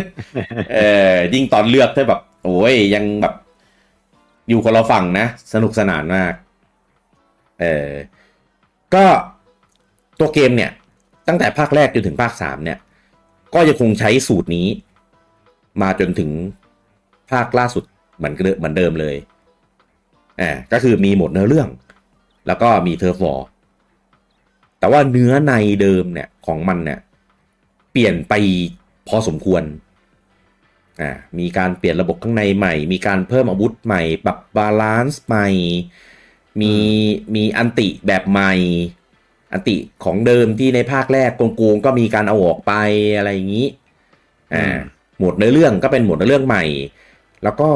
S1: เออยิ่งตอนเลือกถ้าแบบ โอ้ยยังแบบ อยู่คนละฝั่งนะ สนุกสนานมาก เออก็ตัวเกมเนี่ย ตั้งแต่ภาคแรกจนถึงภาคสามเนี่ย ก็ยังคงใช้สูตรนี้ มาจนถึงภาคล่าสุดเหมือนเดิมเหมือนเดิมเลย อ่าก็คือมีหมวดเนื้อเรื่อง แล้วก็มีเทอร์ฟวอร์แต่ว่าเนื้อในเดิมเนี่ยของมันเนี่ย เปลี่ยนไปพอสมควรอ่ามีการเปลี่ยนระบบข้างในใหม่ มีการเพิ่มอาวุธใหม่ ปรับบาลานซ์ใหม่ มีมีอันติแบบใหม่ อันติของเดิมที่ในภาคแรกโกงๆก็มีการเอาออกไปอะไรอย่างนี้อ่าหมวดเนื้อเรื่องก็เป็นหมวดเนื้อเรื่องใหม่ แล้วก็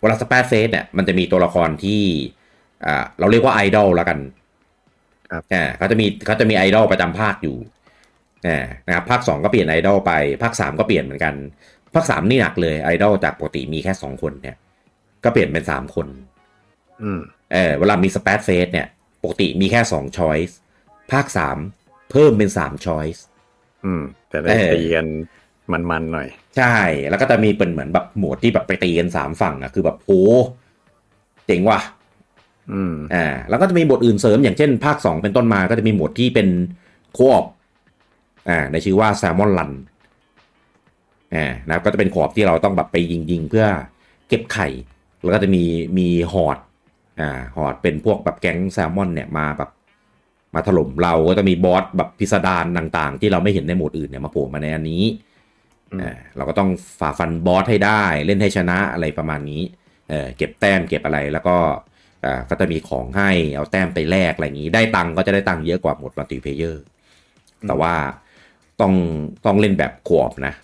S1: เวลาสเปซเฟสเนี่ยมันจะมีตัวละครที่อ่าเราเรียกว่าไอดอลแล้วกัน
S2: ครับ
S1: อ่าเขาจะมีเขาจะมีไอดอลประจำภาคอยู่อ่านะครับภาค 2 ก็เปลี่ยนไอดอลไป ภาค 3 ก็เปลี่ยนเหมือนกัน ภาค 3 นี่หนักเลยไอดอลจากปกติมีแค่ 2 คนเนี่ย ก็เปลี่ยนเป็น 3 คน
S2: อืม
S1: เออเวลามีสเปซเฟสเนี่ย ปกติมีแค่2 choice ภาค 3 เพิ่มเป็น 3 choice
S2: อืม แต่ได้
S1: เออ
S2: ตีกันมันๆหน่อย
S1: ใช่ แล้วก็จะมีเป็นเหมือนแบบหมวดที่แบบไปตีกันสามฝั่งอะคือแบบโหเจ๋งว่ะ
S2: อืม
S1: อ่าแล้วก็จะมีบทอื่นเสริมอย่างเช่นภาค 2 เป็นต้นมาก็จะมีหมวดที่เป็นโคออปอ่าในชื่อว่าแซลมอนลันอ่านะครับก็จะเป็นโคออปที่เราต้องแบบไปยิงยิงๆเพื่อเก็บไข่ แล้วก็จะมีมีหอดอ่าหอดเป็นพวกแบบแก๊งแซลมอนเนี่ยมาแบบมาถล่มเราก็จะมีบอสแบบพิสดารต่างๆ ที่เราไม่เห็นในโหมดอื่นเนี่ยมาโผล่มาในอันนี้
S2: อืม
S1: อ่าเราก็ต้องฝ่าฟันบอสให้ได้เล่นให้ชนะอะไรประมาณนี้เออเก็บแต้มเก็บอะไรแล้วก็ อ่าก็จะมีของให้เอาแต้มไปแลกอะไรอย่างนี้ ได้ตังค์ก็จะได้ตังค์เยอะกว่าหมดมัลติเพเยอร์ แต่ว่าต้องต้องเล่นแบบขวบนะ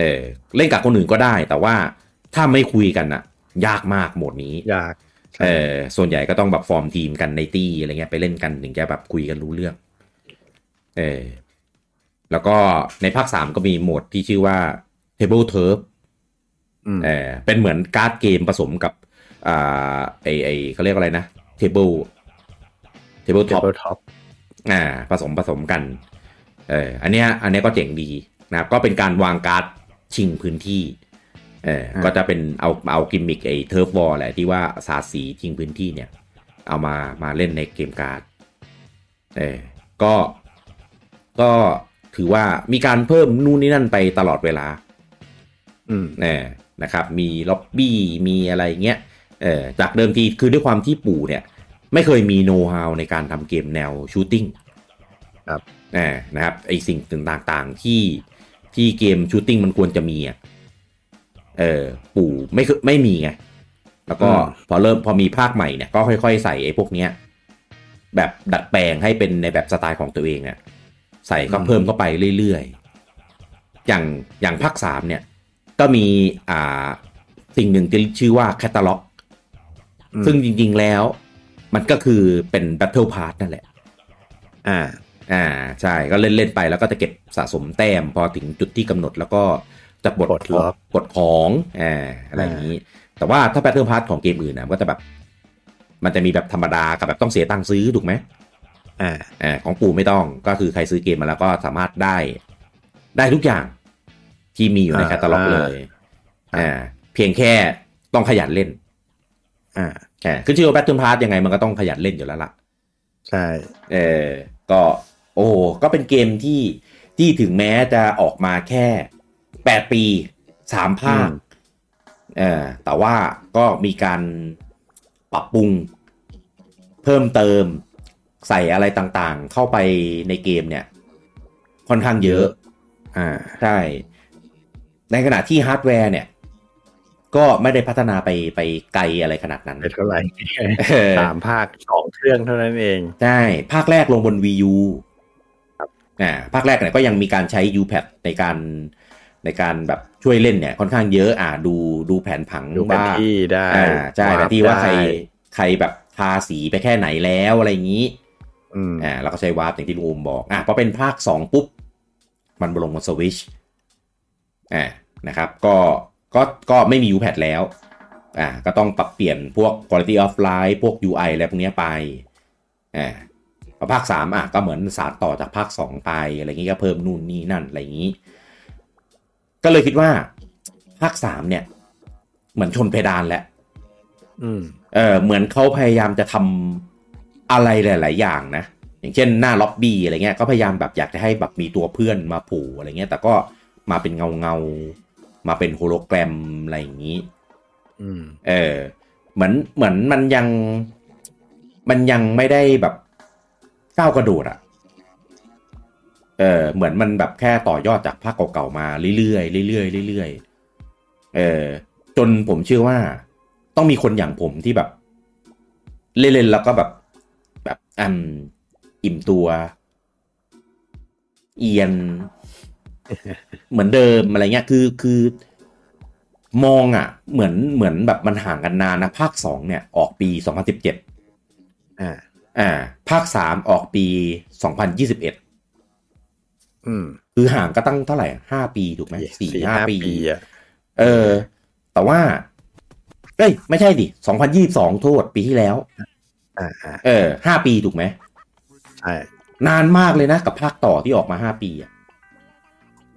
S1: เออเล่นกับคนอื่นก็ได้ แต่ว่าถ้าไม่คุยกันอะยากมากโหมดนี้
S2: ยาก
S1: เออส่วนใหญ่ก็ต้องแบบฟอร์มทีมกันในตี้อะไรเงี้ยไปเล่นกันถึงจะแบบคุยกันรู้เรื่อง เออแล้วก็ในภาคสามก็มีโหมดที่ชื่อว่า Table Turf
S2: อืม
S1: เออเป็นเหมือนการ์ดเกมผสมกับอ่าไอไอเขาเรียกอะไรนะ Table Table
S2: เท
S1: Top
S2: เบิลท็อป
S1: อ่าผสมผสมกัน เอออันเนี้ยอันเนี้ยก็เจ๋งดีนะครับก็เป็นการวางการ์ดชิงพื้นที่ เออ
S2: อ่า
S1: ก็จะเป็นเอาเอากิมมิกไอ้เทิร์ฟบอลแหละที่ว่าสาดสีชิงพื้นที่เนี่ย เอามามาเล่นในเกมการ์ด เออก็ก็ถือว่ามีการเพิ่มนู่นนี่นั่นไปตลอดเวลา
S2: อืม
S1: เออนะครับ มีล็อบบี้ มีอะไรเงี้ย เออจากเดิมทีคือด้วยความที่ปู่เนี่ย ไม่เคยมีโน้ตฮาวในการทำเกมแนวชูตติ้ง
S2: ครับ
S1: เออนะครับ ไอสิ่งต่างๆที่ที่เกมชูตติ้งมันควรจะมีอ่ะ เออปู่ไม่เคยไม่มีไง แล้วก็พอเริ่มพอมีภาคใหม่เนี่ย ก็ค่อยๆใส่ไอ้พวกเนี้ย แบบดัดแปลงให้เป็นในแบบสไตล์ของตัวเองเนี่ยใส่ก็เพิ่มเข้าไปเรื่อยๆ อย่างอย่างภาคสามเนี่ย ก็มีอ่าสิ่งหนึ่งที่ชื่อว่าแคตตาล็อก
S2: อืม
S1: ซึ่งจริงๆแล้ว มันก็คือเป็น Battle Pass นั่นแหละ
S2: อ่า
S1: อ่าใช่ก็เล่นเล่นๆไปแล้วก็จะเก็บสะสมแต้ม พอถึงจุดที่กำหนดแล้วก็จะปลด
S2: ปลดล็อก
S1: ปลดของอ่าอะไรอย่างนี้ แต่ว่าถ้า Battle Pass ของเกมอื่นนะมันก็จะแบบ มันจะมีแบบธรรมดากับแบบต้องเสียตังค์ซื้อถูกไหม
S2: อ่า
S1: อาของปู่ไม่ต้องก็คือใครซื้อเกมมาแล้วก็สามารถได้ได้ทุกอย่างที่มีอยู่ใน
S2: อ่า
S1: แคตตาล็อกเลย
S2: อ่า
S1: อ่าเพียงแค่ต้องขยันเล่น
S2: อ่า
S1: อ่าขึ้นชื่อว่าแบทเทิลพาร์ยังไงมันก็ต้องขยันเล่นอยู่แล้วล่ะ
S2: ใช่
S1: เออก็โอ้โหก็เป็นเกมที่ที่ถึงแม้จะออกมาแค่ 8 ปีสามภาคเออแต่ว่าก็มีการปรับปรุงเพิ่มเติมใส่อะไรต่างๆ เข้าไปในเกมเนี่ย ค่อนข้างเยอะ
S2: อ่า
S1: ใช่ ในขณะที่ฮาร์ดแวร์เนี่ย ก็ไม่ได้พัฒนาไปไปไกลอะไรขนาดนั้น
S2: ไม่เท่าไหร่
S1: เออ
S2: สามภาคสองเครื่องเท่านั้นเอง
S1: ใช่ภาคแรกลงบน Wii U
S2: ครับ
S1: อ่าภาคแรกเนี่ยก็ยังมีการใช้ U-Pad ในการในการแบบช่วยเล่นเนี่ย ค่อนข้างเยอะอ่าดูดูแผนผัง
S2: ดูแผน
S1: ว่า
S2: ที่ได้
S1: อ่าใช่แผ
S2: วาร์ป
S1: นที่ว่าใคร
S2: ได้
S1: ใครแบบทาสีไปแค่ไหนแล้วอะไรอย่างนี้
S2: อืม
S1: อ่าเราก็ใช้วาร์ปอย่างที่ลุงโอมบอกอ่าพอเป็นภาค 2 ปุ๊บ มันมาลงบนสวิชอ่านะครับ ก็ก็ก็ไม่มี U-Pad แล้วอ่าก็ต้องปรับเปลี่ยนพวก Quality of Life พวก UI อะไรพวกเนี้ยไปอ่า พอภาคสามอ่ะก็เหมือนสารต่อจากภาคสองไปอะไรอย่างนี้ก็เพิ่มนู่นนี่นั่นอะไรอย่างนี้ ก็เลยคิดว่า ภาคสามเนี่ย เหมือนชนเพดานแล้ว
S2: อืม
S1: เออเหมือนเขาพยายามจะทำอะไรหลาย ๆ อย่างนะ อย่างเช่นหน้าล็อบบี้อะไรเงี้ยก็พยายามแบบอยากจะให้แบบมีตัวเพื่อนมาผูอะไรเงี้ย แต่ก็มาเป็นเงาเงาๆมาเป็นโฮโลแกรมอะไรอย่างนี้
S2: อืม
S1: เออเหมือนเหมือนมันยังมันยังไม่ได้แบบก้าวกระโดดอะเออเหมือนมันแบบแค่ต่อยอดจากภาคเก่าๆมาเรื่อยๆเรื่อยๆเรื่อยๆเออจนผมเชื่อว่าต้องมีคนอย่างผมที่แบบ เล่นๆแล้วก็แบบ แบบอันอิ่มตัว เอียน เหมือนเดิมอะไรเงี้ย คือคือ มองอ่ะ เหมือนเหมือนแบบมันห่างกันนานนะภาคสองเนี่ย ออกปี 2017
S2: อ่า
S1: อ่าภาคสามออกปี 2021
S2: อืม
S1: คือห่างก็ตั้งเท่าไหร่ห้าปีถูกไหมสี่ห้าปี
S2: อ่ะ
S1: เออ แต่ว่าเอ้ยไม่ใช่ดิ 2022 โทษปีที่แล้ว
S2: อ่าอ่า
S1: เออห้าปีถูกไหม
S2: ใช่
S1: นานมากเลยนะกับภาคต่อที่ออกมาห้าปีอะ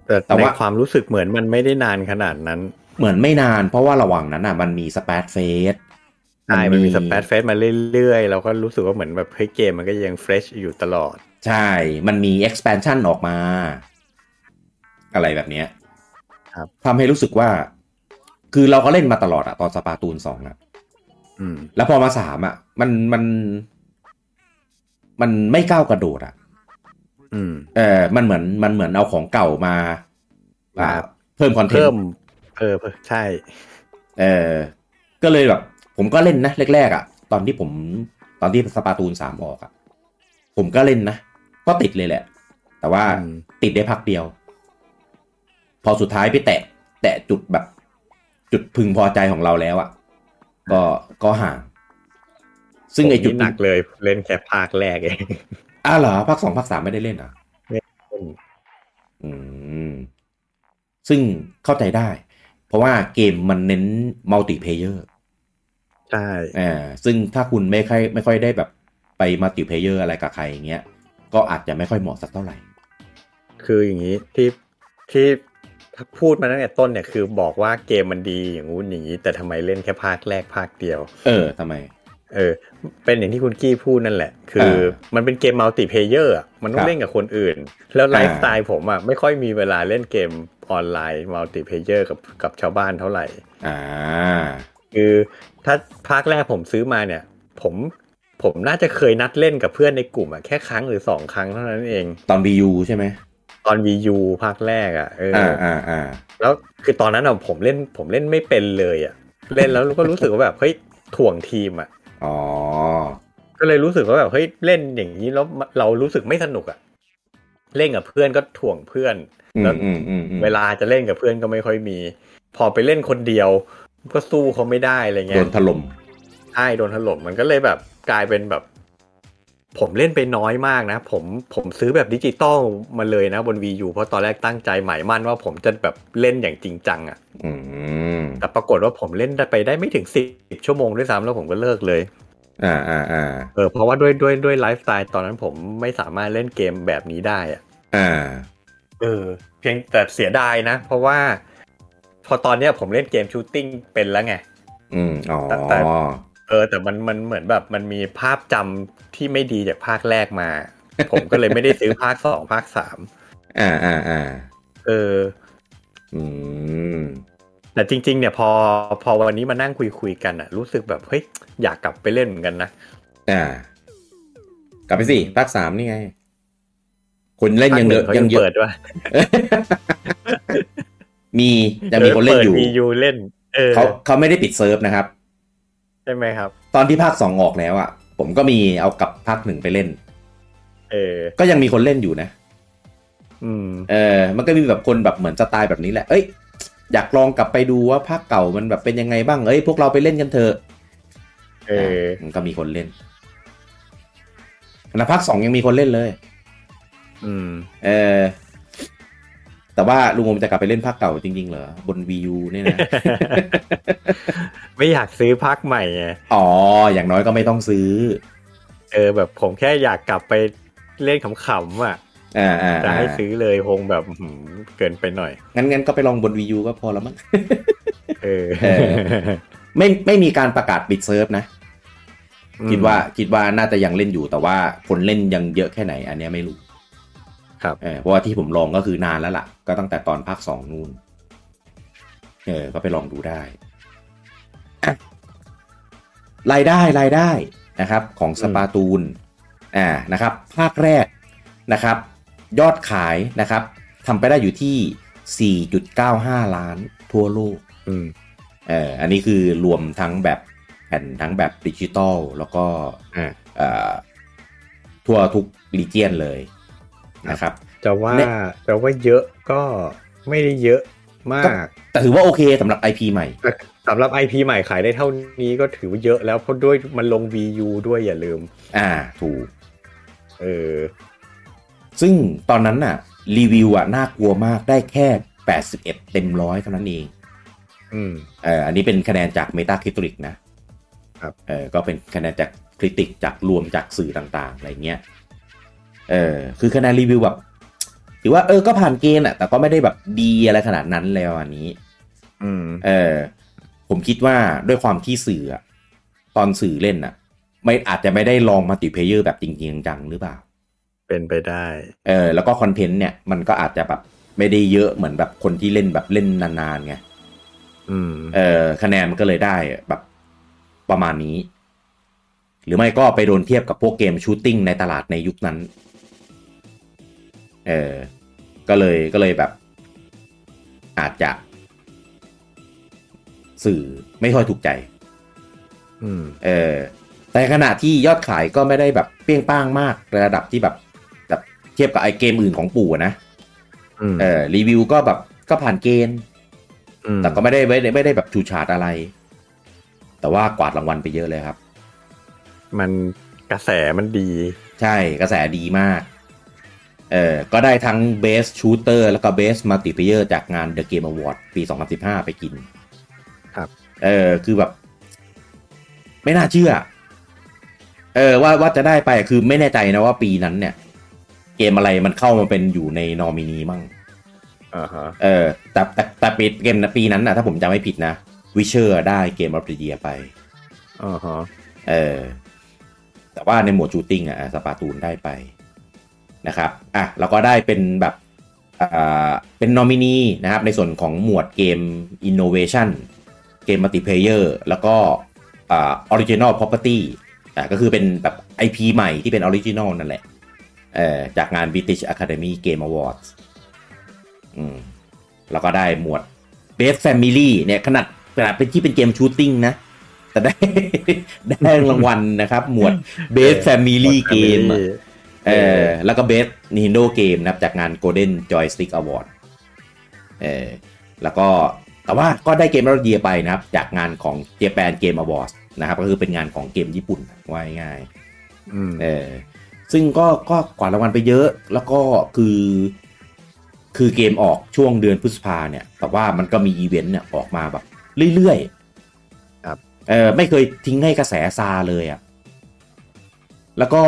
S2: แต่
S1: แต่
S2: ใน
S1: ว่า
S2: ความรู้สึกเหมือนมันไม่ได้นานขนาดนั้น
S1: เหมือนไม่นานเพราะว่าระหว่างนั้นอ่ะ มันมีสเปซเฟส
S2: ใช่มันมีสเปซเฟสมาเรื่อยๆเราก็รู้สึกว่าเหมือนแบบเฮ้ยเกมมันก็ยังเฟรชอยู่ตลอด
S1: ใช่ มันมี expansion ออกมา อะไรแบบเนี้ย
S2: ครับ
S1: ทำให้รู้สึกว่า คือเราก็เล่นมาตลอดอะตอนสปาตูนสองอะ
S2: อืม
S1: แล้วพอมาสามอะมันมัน มันไม่ก้าวกระโดดอะ
S2: อืม
S1: เออมันเหมือนมันเหมือนเอาของเก่ามาอ่า
S2: ครับ
S1: เพิ่มคอนเทน
S2: เพิ่ม
S1: ต์
S2: เออเพิ่มใช่
S1: เออ ก็เลยแบบ ผมก็เล่นนะแรกๆอะตอนที่ผม ตอนที่สปาตูนสามออกอะผมก็เล่นนะ ก็ติดเลยแหละ แต่ว่า
S2: อืม
S1: ติดได้พักเดียว พอสุดท้ายไปแตะ แตะจุดแบบ จุดพึงพอใจของเราแล้วอะ่ะ ก็ก็ห่าง ซึ่งไอจุด
S2: ผมนี่หนักเลยเล่นแค่ภาคแรกเอง
S1: อ้าวเหรอภาคสองภาคสามไม่ได้เล่นเหรอ่ะ
S2: ไม่เล่น
S1: อืม ซึ่งเข้าใจได้ เพราะว่าเกมมันเน้นมัลติเพเยอร์
S2: ใช่
S1: อ่าซึ่งถ้าคุณไม่ค่อยไม่ค่อยได้แบบไปมัลติเพเยอร์อะไรกับใครอย่างเงี้ย ก็อาจจะไม่ค่อยเหมาะสักเท่าไหร่
S2: คืออย่างนี้ที่ที่ถ้าพูดมาตั้งแต่ต้นเนี่ยคือบอกว่าเกมมันดีอย่างงู้นอย่างนี้ แต่ทำไมเล่นแค่ภาคแรกภาคเดียว
S1: เออทำไม
S2: เออ เป็นอย่างที่คุณกี้พูดนั่นแหละ คืออมันเป็นเกมมัลติเพเยอร์อะมันต้อ
S1: ครั
S2: ง
S1: บ
S2: เล่นกับคนอื่น แล้วไลฟ์
S1: อ่า
S2: สไตล์ผมอ่ะไม่ค่อยมีเวลาเล่นเกมออนไลน์มัลติเพเยอร์กับกับชาวบ้านเท่าไหร่
S1: อ่า
S2: คือถ้าภาคแรกผมซื้อมาเนี่ย ผมผมน่าจะเคยนัดเล่นกับเพื่อนในกลุ่มอะแค่ครั้งหรือสองครั้งเท่านั้นเอง
S1: ตอน BU ใช่ไหม
S2: ตอน VU ภาคแรกอะเอออ
S1: อ่าอ่าอ่า
S2: แล้วคือตอนนั้นอะผมเล่นผมเล่นไม่เป็นเลยอะเล่นแล้วก็รู้สึกว่าแบบเฮ้ยถ่วงทีมอะ
S1: อ๋อ
S2: ก็เลยรู้สึกว่าแบบเฮ้ยเล่นอย่างนี้แล้วเรารู้สึกไม่สนุกอะเล่นกับเพื่อนก็ถ่วงเพื่อน
S1: อื
S2: แล้
S1: ม
S2: ว
S1: อืมอืมอืม
S2: เวลาจะเล่นกับเพื่อนก็ไม่ค่อยมี พอไปเล่นคนเดียว ก็สู้เขาไม่ได้อะไร
S1: โด
S2: เงี้ย
S1: นถล่ม
S2: ใช่โดนถล่มมันก็เลยแบบกลายเป็นแบบ ผมเล่นไปน้อยมากนะ ผมผมซื้อแบบดิจิตอลมาเลยนะบน VU เพราะตอนแรกตั้งใจหมายมั่นว่าผมจะแบบเล่นอย่างจริงจังอะ่ะ
S1: อืม
S2: แต่ปรากฏว่าผมเล่นไปได้ไม่ถึงสิบชั่วโมงด้วยซ้ำแล้วผมก็เลิกเลย
S1: อ่าอ่าอ่า
S2: เออเพราะว่าด้วยด้วยด้วยไลฟ์สไตล์ตอนนั้นผมไม่สามารถเล่นเกมแบบนี้ได้อะ
S1: อ่า
S2: เออ เพียงแต่เสียดายนะ เพราะว่า พอตอนเนี้ยผมเล่นเกมชูตติ้งเป็นแล้วไง
S1: อืม อ๋อ
S2: แต่แต่ เออแต่มันมันเหมือนแบบมันมีภาพจำที่ไม่ดีจากภาคแรกมา ผมก็เลยไม่ได้ซื้ อภาคสองภาคสาม
S1: อ่าอ่าอ่า
S2: เออ
S1: อืม
S2: แต่จริง ๆ เนี่ยพอพอวันนี้มานั่งคุยคุยๆกันอะรู้สึกแบบเฮ้ยอยากกลับไปเล่นเหมือนกันนะ
S1: อ่า กลับไปสิภาคสามนี่ไง คนเล่น
S2: ภาค
S1: ยัง
S2: ห
S1: เย
S2: นึ่
S1: อะ
S2: งเขา
S1: ยั
S2: ยังง
S1: เย
S2: เปิ
S1: อะ
S2: ดว่า
S1: มียังมีคนเล่นอยู่
S2: มียูเล่น เออ
S1: เขาเขาไม่ได้ปิดเซิร์ฟนะครับ
S2: ใช่ไหมครับ
S1: ตอนที่ภาคสองออกแล้วอ่ะ ผมก็มีเอากลับภาคหนึ่งไปเล่น
S2: เออ
S1: ก็ยังมีคนเล่นอยู่นะ
S2: อืม
S1: เออ มันก็มีแบบคนแบบเหมือนสไตล์แบบนี้แหละ เอ้ย อยากลองกลับไปดูว่าภาคเก่ามันแบบเป็นยังไงบ้าง เอ้ย พวกเราไปเล่นกันเถอะ
S2: เออ
S1: ะมันก็มีคนเล่นนะภาคสองยังมีคนเล่นเลย
S2: อื ม
S1: เออ แต่ว่าลุงงมจะกลับไปเล่นภาคเก่าจริง ๆ เหรอ บน Wii U เนี่ย นะ
S2: ไม่อยากซื้อภาคใหม่ไง
S1: อ๋อ อย่างน้อยก็ไม่ต้องซื้อ
S2: เออแบบผมแค่อยากกลับไปเล่นขำๆอ่ะ
S1: อ่าอ่า
S2: จะ
S1: อ่า
S2: ให้ซื้อเลยคงแบบอื้อหือเกินไปหน่อย
S1: งั้นงั้นก็ไปลองบน Wii U ก็พอแล้วมั้ง
S2: เออ
S1: เออ ไม่ไม่มีการประกาศปิดเซิร์ฟนะ คิดว่าคิดว่าน่าจะยังเล่นอยู่แต่ว่าคนเล่นยังเยอะแค่ไหน อันเนี้ยไม่รู้
S2: ครับ
S1: เออเพราะว่าที่ผมลองก็คือนานแล้วล่ะ ก็ตั้งแต่ตอนภาคสองนู่นเออ ก็ไปลองดูได้อ่ะรายได้รายได้นะครับ ของสปาตูนอ่านะครับ ภาคแรกนะครับ ยอดขายนะครับทำไปได้อยู่ที่ 4.95 ล้านทั่วโลก
S2: อืม
S1: เอออันนี้คือรวมทั้งแบบแผ่นทั้งแบบดิจิตอลแล้วก็
S2: อ่า
S1: เอ่อทั่วทุกรีเจียนเลยนะครับ
S2: จะว่า
S1: เนี่ย
S2: จะว่าเยอะก็ไม่ได้เยอะมาก
S1: แต่ถือว่าโอเคสำหรับ IP ใหม่
S2: สำหรับ IP ใหม่ขายได้เท่านี้ก็ถือว่าเยอะแล้วเพราะด้วยมันลง VU ด้วยอย่าลืม
S1: อ่าถูก
S2: เออ
S1: ซึ่งตอนนั้นน่ะ รีวิวอ่ะน่ากลัวมากได้แค่ 81 เต็มร้อยเท่านั้นเอง
S2: อืม
S1: เอ่ออันนี้เป็นคะแนนจาก Meta Critic นะครับ เออก็เป็นคะแนนจากคริติกจากรวมจากสื่อต่างๆ อะไรเงี้ย เออคือคะแนนรีวิวแบบถือว่าเออก็ผ่านเกณฑ์อะแต่ก็ไม่ได้แบบดีอะไรขนาดนั้นแล้วอันนี้
S2: อืม
S1: เออผมคิดว่าด้วยความที่สื่ออะตอนสื่อเล่นอะไม่อาจจะไม่ได้ลองมัลติเพเยอร์แบบจริงๆจังๆหรือเปล่า
S2: เป็นไปได้
S1: เออแล้วก็คอนเทนต์เนี่ยมันก็อาจจะแบบไม่ได้เยอะเหมือนแบบคนที่เล่นแบบเล่นนานๆไง
S2: อืม
S1: เออคะแนนมันก็เลยได้แบบประมาณนี้ หรือไม่ก็ไปโดนเทียบกับพวกเกมชูตติ้งในตลาดในยุคนั้น เออก็เลยก็เลยแบบ อาจจะ สื่อไม่ค่อยถูกใจ
S2: อืม
S1: เออแต่ขณะที่ยอดขายก็ไม่ได้แบบเปรี้ยงป้างมากในระดับที่แบบแบบเทียบกับไอเกมอื่นของปู่อะนะ
S2: อืม
S1: เออรีวิวก็แบบก็ผ่านเกณฑ์
S2: ม
S1: แต่ก็ไม่ได้ไม่ได้ไม่ได้แบบชูชาดอะไร แต่ว่ากวาดรางวัลไปเยอะเลยครับ
S2: มันกระแสมันดี
S1: ใช่กระแสดีมาก เออก็ได้ทั้ง Best Shooter แล้วก็ Best Multiplayer จากงาน The Game Award ปี 2015 ไปกิน
S2: ครับ
S1: เออคือแบบ ไม่น่าเชื่อ เออว่าว่าจะได้ไปคือไม่แน่ใจนะว่าปีนั้นเนี่ย เกมอะไรมันเข้ามาเป็นอยู่ในนอมินีมั่ง
S2: อ่าฮะ
S1: เออแต่แต่แต่ปีเกมปีนั้นนะถ้าผมจำไม่ผิดนะ Witcher ได้เกม of the Year ไป
S2: อ่าฮะ
S1: เออแต่ว่าในหมวดชูตติ้งอ่ะสปาตูนได้ไปนะครับอ่ะแล้วก็ได้เป็นแบบอ่าเป็นนอมินีนะครับในส่วนของหมวดเกม Innovation เกมมัลติเพเยอร์แล้วก็อ่า Original Property อ่ะก็คือเป็นแบบ IP ใหม่ที่เป็น Original นั่นแหละเออจากงาน British Academy Game Awards อืมแล้วก็ได้หมวด Best Family เนี่ยขนาดขนาดเป็นที่เป็นเกมชูตติ้งนะ แต่ได้ ได้รางวัลนะครับ หมวด Best Family Game อะ เออแล้วก็เบส Nintendo เกมนะครับ จากงาน Golden Joystick Award เออแล้วก็แต่ว่าก็ได้เกมระเดียไปนะครับ จากงานของ Japan Game Awards นะครับ ก็คือเป็นงานของเกมญี่ปุ่นว่าง่ายๆ
S2: อืม
S1: เออซึ่งก็ก็กวาดรางวัลไปเยอะ แล้วก็คือ คือเกมออกช่วงเดือนพฤษภาเนี่ย แต่ว่ามันก็มีอีเวนต์เนี่ยออกมาแบบเรื่อยๆ
S2: ครับ
S1: เออไม่เคยทิ้งให้กระแสซาเลยอะ่ะ แล้วก็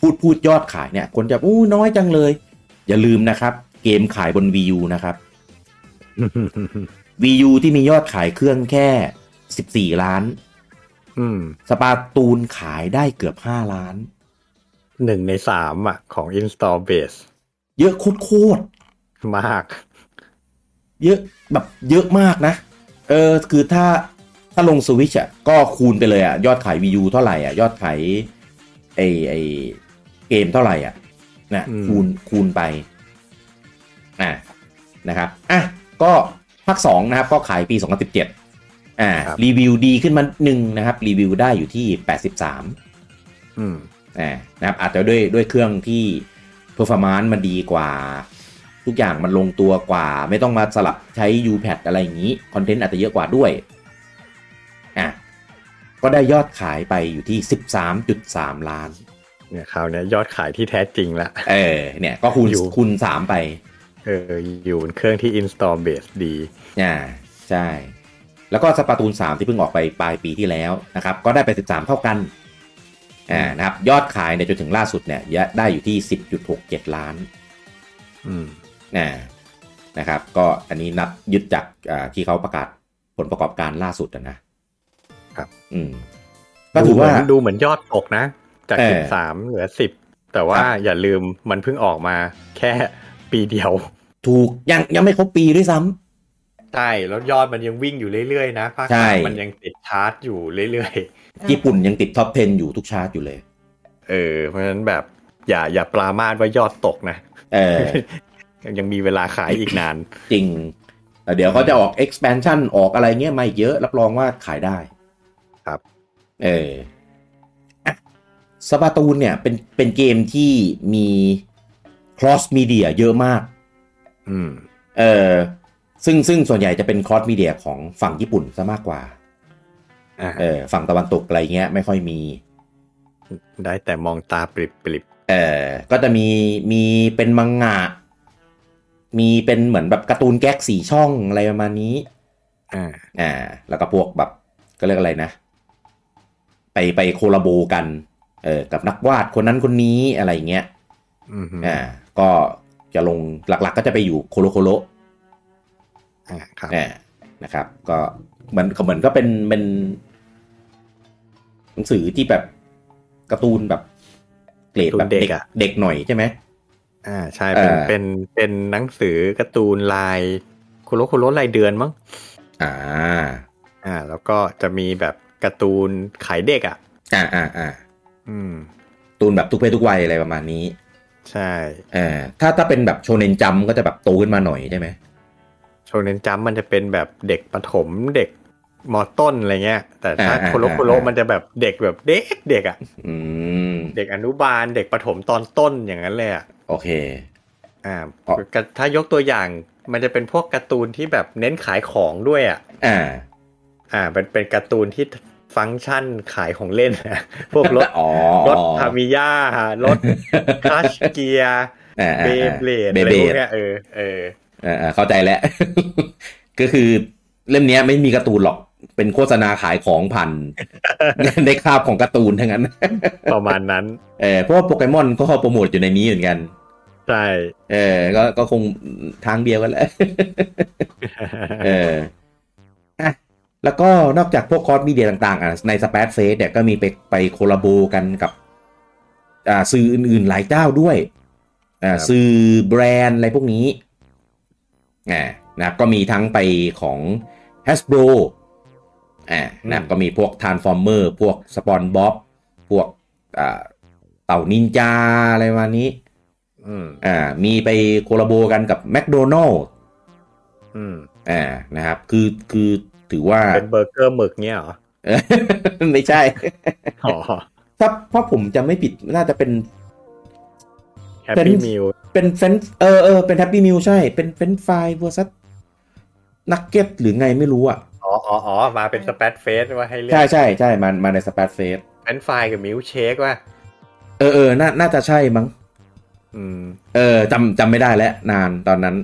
S1: พูดพูดยอดขายเนี่ย คนจะอู้น้อยจังเลย อย่าลืมนะครับ เกมขายบน Wii U นะครับ Wii U ที่มียอดขายเครื่องแค่ 14 ล้าน
S2: อืม
S1: สปาตูนขายได้เกือบ 5 ล้าน
S2: หนึ่งในสามอ่ะ ของ install base
S1: เยอะโคตรๆ
S2: มาก
S1: เยอะแบบเยอะมากนะ เออคือถ้าถ้าลงสวิชอ่ะก็คูณไปเลยอ่ะ ยอดขายวีูเท่าไหร่อ่ะ ยอดขายไอไอเกมเท่าไหร่อ่ะนะ
S2: อืม
S1: คูณคูณไปอ่ะนะครับอ่ะก็ภาคสองนะครับ ก็ขายปี 2017อ่ารีวิวดีขึ้นมาหนึ่งนะครับ รีวิวได้อยู่ที่ 83
S2: อืม
S1: อ่านะครับอาจจะด้วยด้วยเครื่องที่ performance มันดีกว่า ทุกอย่างมันลงตัวกว่า ไม่ต้องมาสลับใช้ U-Pad อะไรอย่างนี้ คอนเทนต์อาจจะเยอะกว่าด้วยอ่ะก็ได้ยอดขายไปอยู่ที่ 13.3 ล้าน
S2: เนี่ยคราวเนี้ยยอดขายที่แท้จริงละ
S1: เออเนี่ยก็คูณ
S2: อยู่
S1: คูณ 3 ไป
S2: เอออยู่บนเครื่องที่ install base ดี
S1: อ่าใช่ แล้วก็สปาตูน 3 ที่เพิ่งออกไปปลายปีที่แล้วนะครับ ก็ได้ไป 13 เท่ากันอ่านะครับยอดขายเนี่ยจนถึงล่าสุดเนี่ยได้อยู่ที่ 10.67 ล้าน
S2: อืม
S1: นะนะครับ ก็อันนี้นับยึดจากอ่าที่เขาประกาศผลประกอบการล่าสุดอะนะครับ อืมก็ถือว่า
S2: ดูเหมืนดูเหมือนยอดตกนะ จาก
S1: เออ
S2: สิบสามเหลือสิบแต่ว่า
S1: ครับ
S2: อย่าลืมมันเพิ่งออกมาแค่ปีเดียว
S1: ถูกยังยังไม่ครบปีด้วยซ้ำ
S2: ใช่ แล้วยอดมันยังวิ่งอยู่เรื่อยๆนะภาค
S1: ใช่
S2: สามมันยังติดชาร์จอยู่เรื่อย
S1: ญี่ปุ่นยังติดท็อป 10 อยู่ทุกชาร์ตอยู่เลย
S2: ๆ เออ เพราะฉะนั้นแบบอย่าอย่าปรามาสว่ายอดตกนะ
S1: เอ อ
S2: ยังมีเวลาขายอีกนาน
S1: จริงแต่เดี๋ยวเขาจะออก expansion ออกอะไรเงี้ยมาอีกเยอะ รับรองว่าขายได้
S2: ครับ
S1: เอออ่ะสปาตูนเนี่ยเป็นเป็นเกมที่มี cross media เยอะมาก
S2: อืม
S1: เออซึ่งซึ่งส่วนใหญ่จะเป็นคอร์สมีเดียของฝั่งญี่ปุ่นซะมากกว่า
S2: อ่า
S1: เออฝั่งตะวันตกอะไรเงี้ยไม่ค่อยมี
S2: ได้แต่มองตาปริบ
S1: เออก็จะมีมีเป็นมังงะ มีเป็นเหมือนแบบการ์ตูนแก๊กสีช่องอะไรประมาณนี้
S2: ๆอ่า
S1: อ่า แล้วก็พวกแบบก็เรียกอะไรนะ ไปไปโคลาโบกัน เออกับนักวาดคนนั้นคนนี้อะไรเงี้ย
S2: อืมฮึ
S1: อ่า ก็จะลงหลัก ๆ ก็จะไปอยู่โคโลโคโล
S2: อ่าครับ
S1: อ่านะครับ ก็เหมือนก็เหมือนก็เป็นเป็นหนังสือที่แบบการ์ตูนแบบเกรดแบบ
S2: การ์ตูนเด็
S1: เด็ก
S2: กอะ
S1: เด็กหน่อยใช่ไหม
S2: อ่าใช่เป็น
S1: เออ
S2: เป็นเป็นหนังสือการ์ตูนลายคุโรคุโรรายเดือนมั้ง
S1: อ่า
S2: อ่า แล้วก็จะมีแบบการ์ตูนขายเด็กอ่ะ
S1: อ่าอ่าอ่า
S2: อืม
S1: การ์ตูนแบบทุกเพศทุกวัยอะไรประมาณนี้
S2: ใช่
S1: เออถ้าถ้าเป็นแบบโชเนนจัมก็จะแบบโตขึ้นมาหน่อยใช่ไหม
S2: โชเนนจัมป์มันจะเป็นแบบเด็กประถมเด็กมอต้นอะไรเงี้ย แต่ถ้าคุโรคุโรมันจะแบบเด็กแบบเด็กเด็กอ่ะ
S1: อืม
S2: เด็กอนุบาลเด็กประถมตอนต้นอย่างนั้นเลยอ่ะ
S1: โอเค
S2: อ่า
S1: อ๋อ
S2: ก็ถ้ายกตัวอย่างมันจะเป็นพวกการ์ตูนที่แบบเน้นขายของด้วยอ่ะ
S1: อ่า
S2: อ่าเป็นเป็นการ์ตูนที่ฟังก์ชันขายของเล่นนะ พวกรถ
S1: อ๋อ
S2: รถทามิยารถคลัชเกียร์
S1: อ่า
S2: เบ
S1: อ่าอ่า
S2: เบลด
S1: เบ
S2: อะไร
S1: เบ
S2: พว
S1: ด
S2: กเนี้ยเออเออ
S1: อ่าอ่าเข้าใจแล้ว ก็คือเล่มเนี้ยไม่มีการ์ตูนหรอกเป็นโฆษณาขายของผ่าน ในคราบของการ์ตูนทั้งนั้น
S2: ประมาณนั้น
S1: เออเพราะว่าโปเกมอนก็โปรโมทอยู่ในนี้เหมือนกัน
S2: ใช่
S1: เออก็ก็คงทางเดียวกันแหละ เอออ่ะ แล้วก็นอกจากพวกคอร์สมีเดียต่างๆอ่ะในสเปซเฟสเนี่ยก็มีไปไปโคลาโบกันกับอ่าสื่ออื่นๆหลายเจ้าด้วยอ่า
S2: ครับ
S1: สื่อแบรนด์อะไรพวกนี้อ่านะครับก็มีทั้งไปของ Hasbro อ่านะครับก็มีพวก Transformer พวก SpongeBob พวกอ่าเต่านินจาอะไรประมาณนี้
S2: อืม
S1: อ่ามีไปโคลาโบกันกับ McDonald's
S2: อืม
S1: อ่านะครับคือคือถือว่า
S2: เป็นเบอร์เกอร์หมึกเนี้ยเหรอ
S1: เออ ไม่ใช่
S2: อ๋อ
S1: ถ้าเพราะผมจะไม่ผิดน่าจะเป็น
S2: แฮปปี้มิล
S1: เป็นเฟนเออเออเป็นแฮปปี้มิวใช่ เป็นเฟนฟรายเวอร์ซัสนักเก็ตหรือไงไม่รู้อ่ะ
S2: อ๋ออ๋ออ๋อมาเป็นสเปซเฟสว่าให้เลือ
S1: ใช่
S2: ก
S1: ใช่ใช่มันมาในสเปซเฟส
S2: เป็นไฟล์กับมิลค์เชคว่า
S1: เออเออน่าน่าจะใช่มั้ง
S2: อืม
S1: เออจำจำไม่ได้แล้วนานตอนนั้น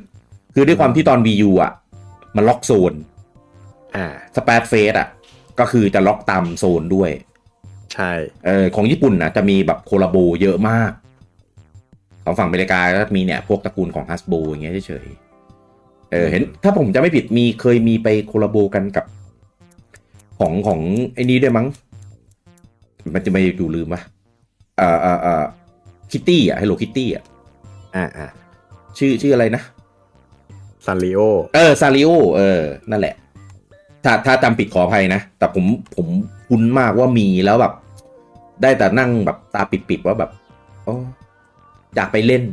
S1: คือด้วยความที่ตอน VU อ่ะ มันล็อกโซน
S2: อ่า
S1: สเปซเฟสอ่ะ ก็คือจะล็อกตามโซนด้วย
S2: ใช่
S1: เออของญี่ปุ่นนะจะมีแบบโคลาโบเยอะมาก ของฝั่งอเมริกาก็มีเนี่ย พวกตระกูลของฮัสโบอย่างเงี้ยเฉยๆเออเห็น ถ้าผมจะไม่ผิดมีเคยมีไปโคลาโบกันกับ ของของไอ้นี้ด้วยมั้ง มันจะไม่ดูลืมปะเอ่อเอ่อเอ่อคิตตี้อ่ะฮัลโหลคิตตี้อ่ะ
S2: อ่าอ่า
S1: ชื่อชื่ออะไรนะ
S2: ซันริโอ
S1: เออ ซาริโอ เออ นั่นแหละ ถ้าถ้าจำผิดขออภัยนะ แต่ผมผมคุ้นมากว่ามีแล้วแบบ ได้แต่นั่งแบบตาปิดๆว่าแบบโอ้อยากไปเล่น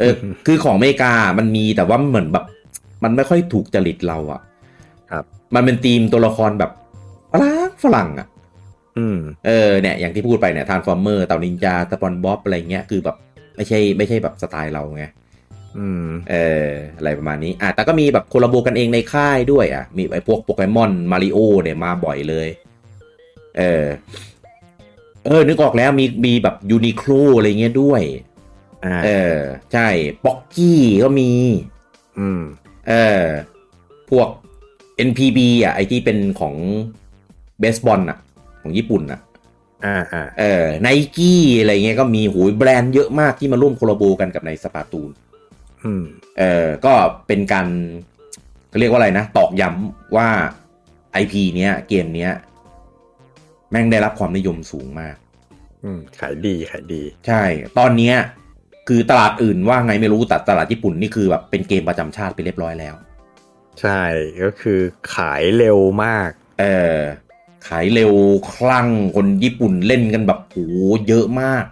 S1: เอ อ คือของอเมริกามันมีแต่ว่าเหมือนแบบ มันไม่ค่อยถูกจริตเราอะ
S2: ครับ
S1: มันเป็นธีมตัวละครแบบฝรั่งฝรั่งอะ
S2: อืม
S1: เออเนี่ยอย่างที่พูดไปเนี่ยทานฟอร์เมอร์เต่านินจาสปอนบ๊อบอะไรเงี้ยคือแบบไม่ใช่ไม่ใช่แบบสไตล์เราไง
S2: อืม
S1: เอออะไรประมาณนี้อ่ะแต่ก็มีแบบโคลาโบกันเองในค่ายด้วยอ่ะ มีไอ้พวกโปเกมอนมาริโอเนี่ยมาบ่อยเลย เออ เออ นึกออกแล้วมีมีแบบยูนิโคลอะไรเงี้ยด้วย
S2: อ่า
S1: เออ ใช่ป็อกกี้ก็มี
S2: อืม
S1: เออ พวก NPB อ่ะ ไอที่เป็นของเบสบอลอ่ะ ของญี่ปุ่นอ่ะ
S2: อ่าอ่า
S1: เออไนกี้อะไรเงี้ยก็มีหูยแบรนด์เยอะมากที่มาร่วมโคลาโบกันกับในสปาตูน
S2: อืม
S1: เอ่อก็เป็นการเขาเรียกว่าอะไรนะ ตอกย้ำว่า IP เนี้ย เกมเนี้ย แม่งได้รับความนิยมสูงมาก
S2: อืม ขายดีขายดี
S1: ใช่ ตอนเนี้ย คือตลาดอื่นว่าไงไม่รู้แต่ตลาดญี่ปุ่นนี่คือแบบเป็นเกมประจำชาติไปเรียบร้อยแล้ว
S2: ใช่ ก็คือขายเร็วมาก
S1: เออขายเร็วคลั่งคนญี่ปุ่นเล่นกันแบบโหเยอะมาก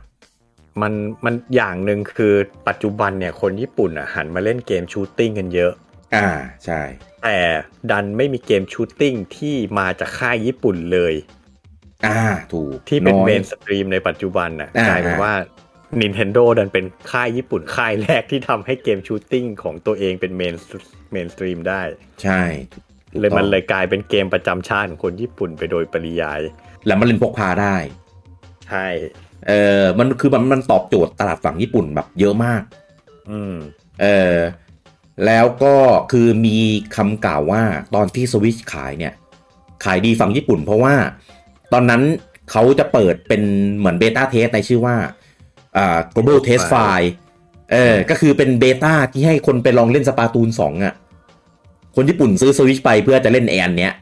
S2: มันมันอย่างหนึ่งคือปัจจุบันเนี่ยคนญี่ปุ่นอ่ะหันมาเล่นเกมชูตติ้งกันเยอะ
S1: อ่าใช่
S2: แต่ดันไม่มีเกมชูตติ้งที่มาจากค่ายญี่ปุ่นเลย
S1: อ่าถูก
S2: ที่เป็น
S1: อย
S2: เมนสตรีมในปัจจุบันน่ะ
S1: อ่ากก
S2: ลายเป็นว่า Nintendo ดันเป็นค่ายญี่ปุ่นค่ายแรกที่ทำให้เกมชูตติ้งของตัวเองเป็นเมนเมนสตรีมได้
S1: ใช่ถูกถูก
S2: เลยมัน
S1: ต้อง
S2: เลยกลายเป็นเกมประจำชาติของคนญี่ปุ่นไปโดยปริยาย
S1: แล้วมันเล่นพกพาได้
S2: ใช่
S1: เออมันคือมันมันตอบโจทย์ตลาดฝั่งญี่ปุ่นแบบเยอะมาก
S2: อืม
S1: เออแล้วก็คือมีคำกล่าวว่าตอนที่สวิชขายเนี่ย ขายดีฝั่งญี่ปุ่นเพราะว่า ตอนนั้นเขาจะเปิดเป็นเหมือนเบต้าเทสในชื่อว่าอ่า global test file เออก็คือเป็นเบต้าที่ให้คนไปลองเล่นสปาตูน 2อะ่ะ คนญี่ปุ่นซื้อสวิชไปเพื่อจะเล่นแอนเนี้ย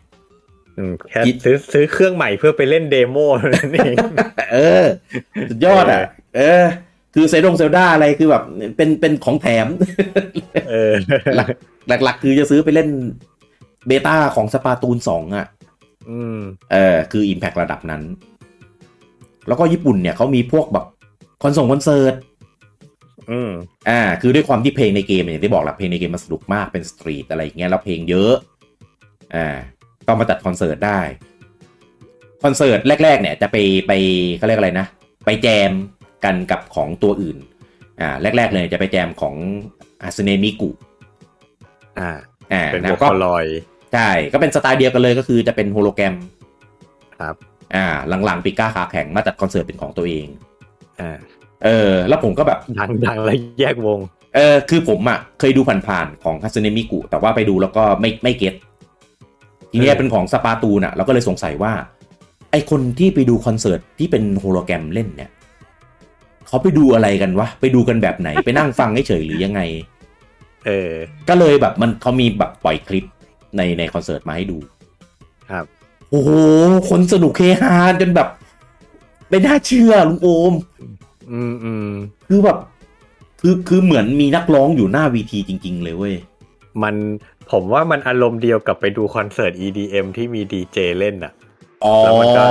S2: อืมแค่
S1: ยิ
S2: ซื้อซื้อเครื่องใหม่เพื่อไปเล่นเดโมนั่นเอง
S1: เออ สุดยอดอ่ะ เออ คือเซดงเซลดาอะไรคือแบบเป็นเป็นของแถม
S2: เออ
S1: หลักๆ คือจะซื้อไปเล่นเบต้าของสปาตูน 2 อ่ะ
S2: อืม
S1: เออคือ Impact ระดับนั้น แล้วก็ญี่ปุ่นเนี่ยเขามีพวกแบบคอนส่งคอนเสิร์ต
S2: อืม
S1: อ่าคือด้วยความที่เพลงในเกมเนี่ยอย่างที่บอกแหละเพลงในเกมมันสนุกมากเป็นสตรีทอะไรอย่างเงี้ยแล้วเพลงเยอะอ่าก็มาจัดคอนเสิร์ตได้ คอนเสิร์ตแรก ๆ เนี่ยจะไปไปเขาเรียกอะไรนะ ไปแจมกันกับของตัวอื่นอ่าแรก ๆ เลยจะไปแจมของอาสเนมิกุ
S2: อ่า
S1: อ่า
S2: เป็น
S1: นะ
S2: โว
S1: ก็
S2: คอลอยด์
S1: ใช่ ก็เป็นสไตล์เดียวกันเลยก็คือจะเป็นโฮโลแกรม
S2: ครับ
S1: อ่า หลังๆปิก้าขาแข็งมาจัดคอนเสิร์ตเป็นของตัวเอง
S2: อ่า
S1: เออ แล้วผมก็แบบ
S2: ดังดังแล้วแยกวง
S1: เออ คือผมอ่ะ เคยดูผ่านๆของคาสเนมิกุ แต่ว่าไปดูแล้วก็ไม่ไม่เก็ตทีเนี้ย
S2: เออ
S1: เป็นของสปาตูนอ่ะ เราก็เลยสงสัยว่า ไอคนที่ไปดูคอนเสิร์ตที่เป็นโฮโลแกรมเล่นเนี่ย เขาไปดูอะไรกันวะ ไปดูกันแบบไหน ไปนั่งฟังเฉยๆหรือยังไง
S2: เออ
S1: ก็เลยแบบมันเขามีแบบปล่อยคลิปในในคอนเสิร์ตมาให้ดู
S2: ครับ
S1: โอ้โห คนสนุกเฮฮาจนแบบ ไม่น่าเชื่อลุงโอม
S2: อืมอืม
S1: คือแบบ คือคือเหมือนมีนักร้องอยู่หน้าวีทีจริง ๆ เลยเว้ย
S2: มันผมว่ามันอารมณ์เดียวกับไปดูคอนเสิร์ต EDM ที่มีดีเจเล่นอ่ะ
S1: อ๋อ
S2: แล้วมันก็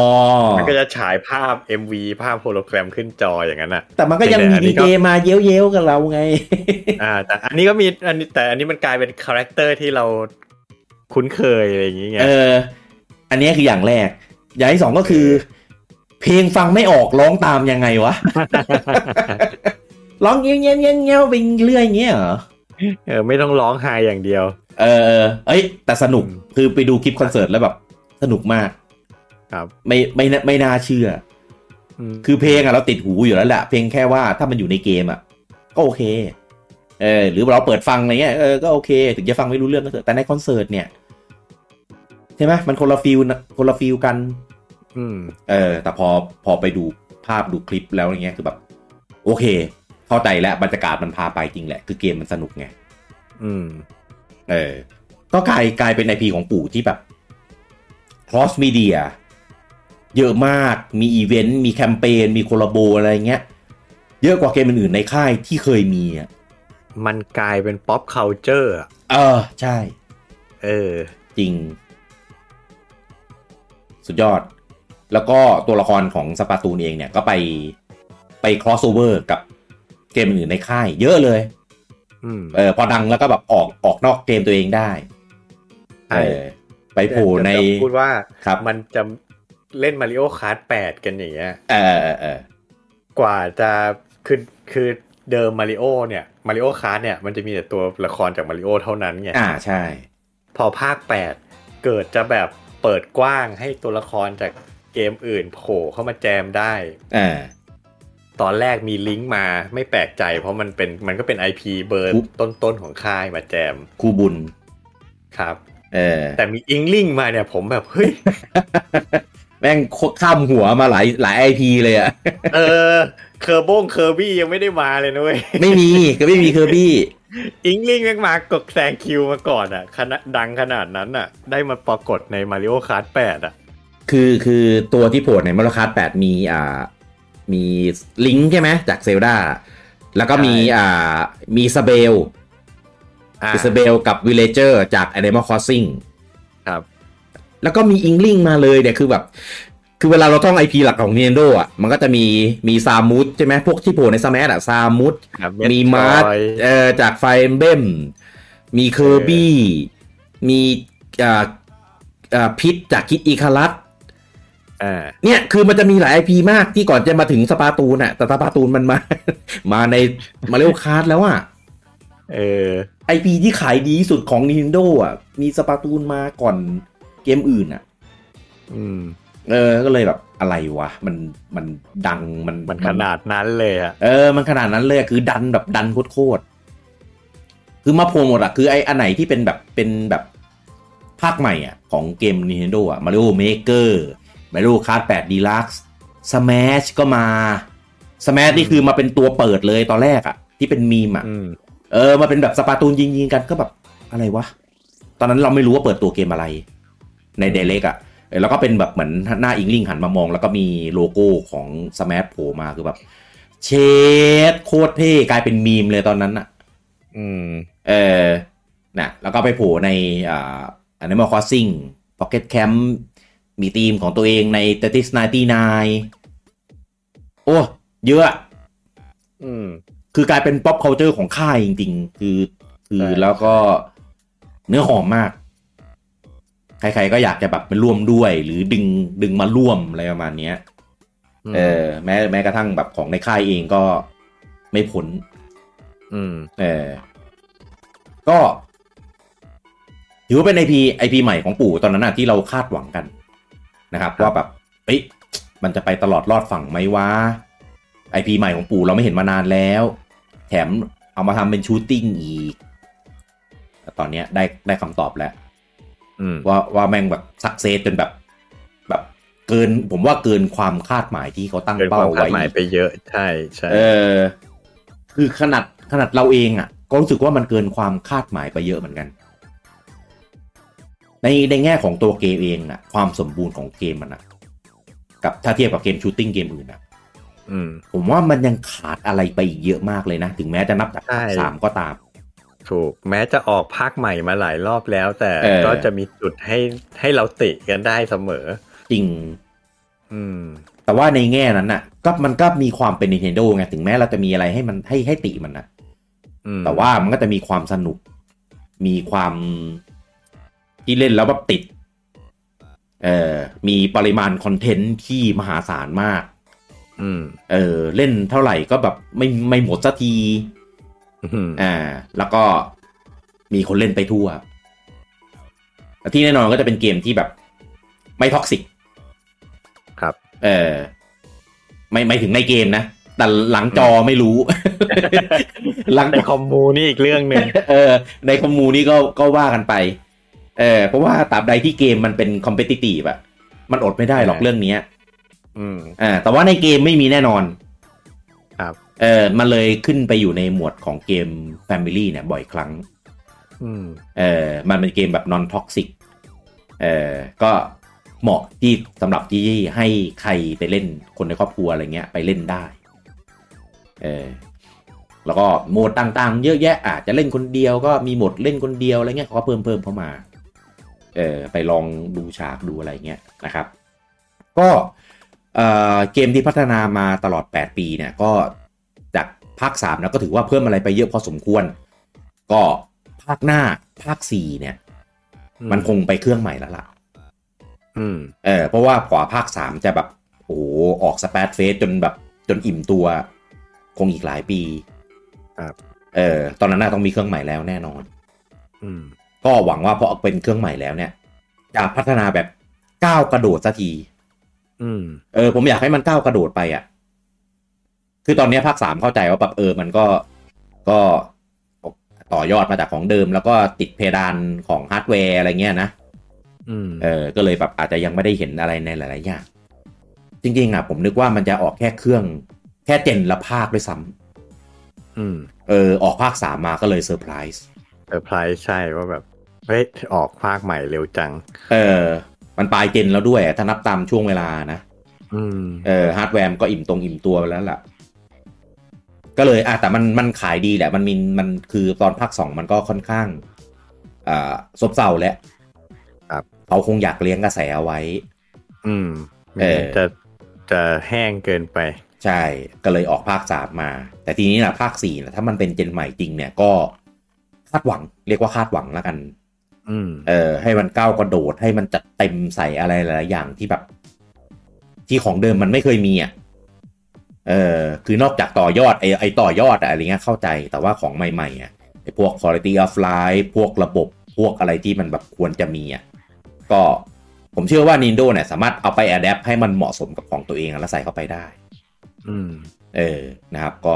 S2: มันก็จะฉายภาพ MV ภาพโฮโลแกรมขึ้นจออย่างนั้นอ่ะ
S1: แต่มันก็ยังมี
S2: แต่อันนี้
S1: ดี
S2: ก็
S1: เจมาเย้ยวๆกับเราไง
S2: อ่า แต่อันนี้ก็มีอันนี้แต่อันนี้มันกลายเป็นคาแรคเตอร์ที่เราคุ้นเคยอะไรอย่างเงี้ย
S1: เออ อันนี้คืออย่างแรก อย่างที่สองก็คือ เพลงฟังไม่ออกร้องตามยังไง วะ ร้องเงี้ยวเงี้ยวเงี้ยวเงี้ยวไปเรื่อยอย่างเงี้ยเหรอ
S2: เออไม่ต้องร้องไห้อย่างเดียว
S1: เออเออเอ้ย แต่สนุก
S2: อืม
S1: คือไปดูคลิปคอนเสิร์ตแล้วแบบ สนุกมาก
S2: ครับ
S1: ไม่ไม่น่าไม่น่าเชื่อ
S2: ม
S1: คือเพลงอะเราติดหูอยู่แล้วแหละเพลงแค่ว่าถ้ามันอยู่ในเกมอะก็โอเค เออ หรือเราเปิดฟังอะไรเงี้ยเออก็โอเค ถึงจะฟังไม่รู้เรื่องก็เถอะแต่ในคอนเสิร์ตเนี่ย ใช่ไหมมันคนละฟิลนะคนละฟิลกัน
S2: อืม
S1: เออ แต่พอพอไปดูภาพดูคลิปแล้วอะไรเงี้ยคือแบบ โอเค เข้าใจแล้วบรรยากาศมันพาไปจริงแหละ คือเกมมันสนุกไง
S2: อืม
S1: เออ ก็กลายกลายเป็นไอพีของปู่ที่แบบ cross media เยอะมาก มีอีเวนต์ มีแคมเปญ มีโคลาโบอะไรเงี้ย เยอะกว่าเกมอื่นๆในค่ายที่เคยมีอ่ะ
S2: มันกลายเป็น pop culture อะ
S1: เออ ใช่
S2: เออ
S1: จริง สุดยอด แล้วก็ตัวละครของสปาตูนเองเนี่ยก็ไปไป crossover กับเกมอื่นๆในค่าย เยอะเลย
S2: อืม
S1: เออ พอดังแล้วก็แบบออกออกนอกเกมตัวเองได้ เออ ไปโผล่ใน
S2: เดี๋ยวจะพูดว่า
S1: ครับ
S2: มันจะเล่นมาริโอคาร์ดแปดกันอย่างเงี้ย
S1: เออเออเออ
S2: กว่าจะคือคือเดิมมาริโอเนี่ยมาริโอคาร์ดเนี่ยมันจะมีแต่ตัวละครจากมาริโอเท่านั้นไง
S1: อ่าใช่
S2: พอภาค 8 เกิดจะแบบเปิดกว้างให้ตัวละครจากเกมอื่นโผล่เข้ามาแจมได้
S1: อ่า
S2: ตอนแรกมีลิงก์มาไม่แปลกใจ เพราะมันเป็นมันก็เป็น IP เบอร์
S1: อุ๊บ
S2: ต้นๆของค่ายมาแจม
S1: ครูบุญ
S2: ครับ
S1: เออ
S2: แต่มีอิงลิงมาเนี่ยผมแบบ เฮ้ย
S1: แม่งข้ามหัวมาหลายหลายไอพีเลยอะ
S2: เออเคอร์บงเคอร์บี้ยังไม่ได้มาเลยนะเว้ย
S1: ไม่มีก็ไม่มีเคอร์บี้
S2: อิงลิงแม่งมากดแซงคิวมาก่อนอ่ะขนาดดังขนาดนั้นอ่ะ ได้มาปรากฏในมาริโอคาร์ด8อ่ะ
S1: คือคือตัวที่โผล่ในมาริคัสแปดมีอ่ามีลิงก์ใช่ไหมจากเซลดาแล้วก็มี
S2: ใช่
S1: อ่ามีสเบล
S2: อ่ะ
S1: สเบลกับวิเลเจอร์จาก Animal Crossing
S2: ครับ
S1: แล้วก็มีอิงลิงมาเลยเนี่ยคือแบบ คือเวลาเราท่อง IP หลักของ Nintendo อ่ะมันก็จะมีมีซามูดใช่ไหมพวกที่โผล่ในสมาร์ทอ่ะซามูด
S2: ครับ
S1: มีมาร์ท
S2: Metroid
S1: เอ่อจากไฟเ m เบมมีเคอร์บี้ มีอ่าอ่าพิษจากคิดอีคารัส
S2: อ่า
S1: เนี่ย คือมันจะมีหลายไอพีมากที่ก่อนจะมาถึงสปาตูนอะแต่สปาตูนมันมา มาในมาเร o วคาร์ดแล้วอะ
S2: เออ
S1: ไอพีที่ขายดีที่สุดของ Nintendo อะมีสปาตูนมาก่อนเกมอื่นอะ
S2: อืม
S1: เออ ก็เลยแบบอะไรวะ มันมันดังมัน
S2: มันขนาดนั้นเลยอ่ะ
S1: เออ มันขนาดนั้นเลยอะคือดันแบบดันโคตรๆคือมาโผล่หมดอะคือไออันไหนที่เป็นแบบเป็นแบบภาคใหม่อะของเกม Nintendo อะ Mario Maker Mario Kart 8 Deluxe Smash ก็มา Smash นี่คือมาเป็นตัวเปิดเลยตอนแรกอะที่เป็นมีมอะ
S2: อืม
S1: เออมาเป็นแบบสปาตูนยิงยิงๆกันก็แบบอะไรวะ ตอนนั้นเราไม่รู้ว่าเปิดตัวเกมอะไร ในเดเล็กอะเออแล้วก็เป็นแบบเหมือนหน้าอิงลิงหันมามอง แล้วก็มีโลโก้ของ Smash โผล่มาคือแบบ เชดโคตรเท่กลายเป็นมีมเลยตอนนั้นอะ
S2: อืม
S1: เออนะแล้วก็ไปโผล่ในอ่า Animal Crossing Pocket Camp มีทีมของตัวเองใน t e t i s 99โอ้เยอะ
S2: อืม
S1: คือกลายเป็น pop culture ของค่ายจริงๆ คือ คือ
S2: ใช่
S1: แล้วก็เนื้อหอมมาก ใครๆก็อยากจะแบบมาร่วมด้วย หรือดึงดึงมาร่วมอะไรประมาณเนี้ย เออแม้แม้กระทั่งแบบของในค่ายเองก็ไม่พ้น
S2: อืม
S1: เออ ก็ถือว่าเป็นไอพีไอพีใหม่ของปู่ตอนนั้นนะที่เราคาดหวังกันนะครับว่าแบบเอ้ยมันจะไปตลอดรอดฝั่งไหมวะไอพีใหม่ของปู่เราไม่เห็นมานานแล้ว แถมเอามาทำเป็นชูตติ้งอีกแต่ตอนเนี้ยได้ได้คำตอบแล้ว
S2: อืม
S1: ว่าว่าแม่งแบบสักเซสจนแบบ แบบเกินผมว่าเกินความคาดหมายที่เขาตั้ง
S2: เกิน
S1: เป้าว
S2: คามคาด
S1: ไว้
S2: หมายไปเยอะ ใช่ใช่
S1: เออคือขนาดขนาดเราเองอะ่ะ ก็รู้สึกว่ามันเกินความคาดหมายไปเยอะเหมือนกัน ในในแง่ของตัวเกมเองนะความสมบูรณ์ของเกมมันนะกับถ้าเทียบกับเกมชูตติ้งเกมอื่นนะ
S2: อืม
S1: ผมว่ามันยังขาดอะไรไปอีกเยอะมากเลยนะ ถึงแม้จะนับจาก
S2: ใช่
S1: สามก็ตาม
S2: ถูกแม้จะออกภาคใหม่มาหลายรอบแล้ว แต่
S1: เออ
S2: ก็จะมีจุดให้ให้เราติกันได้เสมอ
S1: จริง
S2: อืม
S1: แต่ว่าในแง่นั้นน่ะ ก็มันก็มีความเป็น Nintendo ไงถึงแม้เราจะมีอะไรให้มันให้ให้ติมันนะ
S2: อืม
S1: แต่ว่ามันก็จะมีความสนุก มีความที่เล่นแล้วแบบติด เอ่อมีปริมาณคอนเทนต์ที่มหาศาลมาก
S2: อืม
S1: เออเล่นเท่าไหร่ก็แบบไม่ไม่หมดสักที
S2: อืม
S1: อ่า แล้วก็มีคนเล่นไปทั่วแต่ที่แน่นอนก็จะเป็นเกมที่แบบ ไม่ท็อกซิก
S2: ครับ
S1: เออ ไม่ไม่ถึงในเกมนะ แต่หลังจอไม่ รู้ หลัง
S2: ใน
S1: จอ
S2: คอมมูนี่อีกเรื่องหนึ่ง
S1: เออ ในคอมมูนี่ก็ก็ว่ากันไป เออ เพราะว่าตราบใดที่เกมมันเป็นคอมเพติตีฟอะมันอดไม่ได้หรอก
S2: ใช่
S1: เรื่องเนี้ย
S2: อืม
S1: อ่าแต่ว่าในเกมไม่มีแน่นอน
S2: ครับ
S1: เออมันเลยขึ้นไปอยู่ในหมวดของเกม Family เนี่ยบ่อยครั้ง
S2: อืม
S1: เออมันเป็นเกมแบบนอนท็อกซิก เออก็เหมาะที่สำหรับที่ให้ใครไปเล่นคนในครอบครัวอะไรเงี้ยไปเล่นได้ เออแล้วก็โหมดต่างๆ เยอะแยะอาจจะเล่นคนเดียวก็มีโหมดเล่นคนเดียวอะไรเงี้ยเขาก็เพิ่มเพิ่มเข้ามา เออไปลองดูฉากดูอะไรเงี้ยนะครับ ก็เอ่อเกมที่พัฒนามาตลอด 8 ปีเนี่ยก็จากภาค3นะก็ถือว่าเพิ่มอะไรไปเยอะพอสมควร ก็ภาคหน้าภาค 4 เนี่ย มันคงไปเครื่องใหม่แล้วล่ะ
S2: อืม
S1: เออเพราะว่ากว่าภาค 3 จะแบบ โอ้โหออกสเปซเฟสจนแบบจนอิ่มตัว คงอีกหลายปี
S2: ครับ
S1: เออตอนนั้นน่าต้องมีเครื่องใหม่แล้วแน่นอน
S2: อืม
S1: ก็หวังว่าพอเป็นเครื่องใหม่แล้วเนี่ย จะพัฒนาแบบก้าวกระโดดสักที
S2: อืม
S1: เออผมอยากให้มันก้าวกระโดดไปอ่ะ คือตอนเนี้ยภาคสามเข้าใจว่าแบบเออมันก็ก็ต่อยอดมาจากของเดิม แล้วก็ติดเพดานของฮาร์ดแวร์อะไรเงี้ยนะ
S2: อืม
S1: เออ ก็เลยแบบอาจจะยังไม่ได้เห็นอะไรในหลายๆอย่าง จริงๆอ่ะผมนึกว่ามันจะออกแค่เครื่อง แค่เจนละภาคด้วยซ้
S2: อืม
S1: ำเออออกภาคสามมาก็เลยเซอร์ไพรส์
S2: เซอร์ไพรส์ใช่ว่าแบบ เฮ้ย ออกภาคใหม่เร็วจัง
S1: เออ มันปลายเจนแล้วด้วยถ้านับตามช่วงเวลานะ
S2: อืม
S1: เออฮาร์ดแวร์มันก็อิ่มตรงอิ่มตัวไปแล้วล่ะ ก็เลยอ่ะแต่มันมันขายดีแหละ มันมีมันคือตอนภาคสองมันก็ค่อนข้าง อ่าซบเซาแหละ
S2: ครับ
S1: เขาคงอยากเลี้ยงกระแสเอาไว้
S2: อืม
S1: เออ
S2: จะจะแห้งเกินไป
S1: ใช่ ก็เลยออกภาคสามมา แต่ทีนี้นะภาคสี่นะถ้ามันเป็นเจนใหม่จริงเนี่ยก็คาดหวัง เรียกว่าคาดหวังแล้วกัน
S2: อืม
S1: เออให้มันก้าวกระโดดให้มันจัดเต็มใส่อะไรหลายๆอย่างที่แบบ ที่ของเดิมมันไม่เคยมีอ่ะเออคือนอกจากต่อยอดไอไอต่อยอดอะอะไรเงี้ยเข้าใจแต่ว่าของใหม่ๆอ่ะไอพวก quality of life พวกระบบพวกอะไรที่มันแบบควรจะมีอ่ะก็ผมเชื่อว่า Nintendo เนี่ยสามารถเอาไป adapt ให้มันเหมาะสมกับของตัวเองแล้วใส่เข้าไปได้
S2: อืม
S1: เออ นะครับ ก็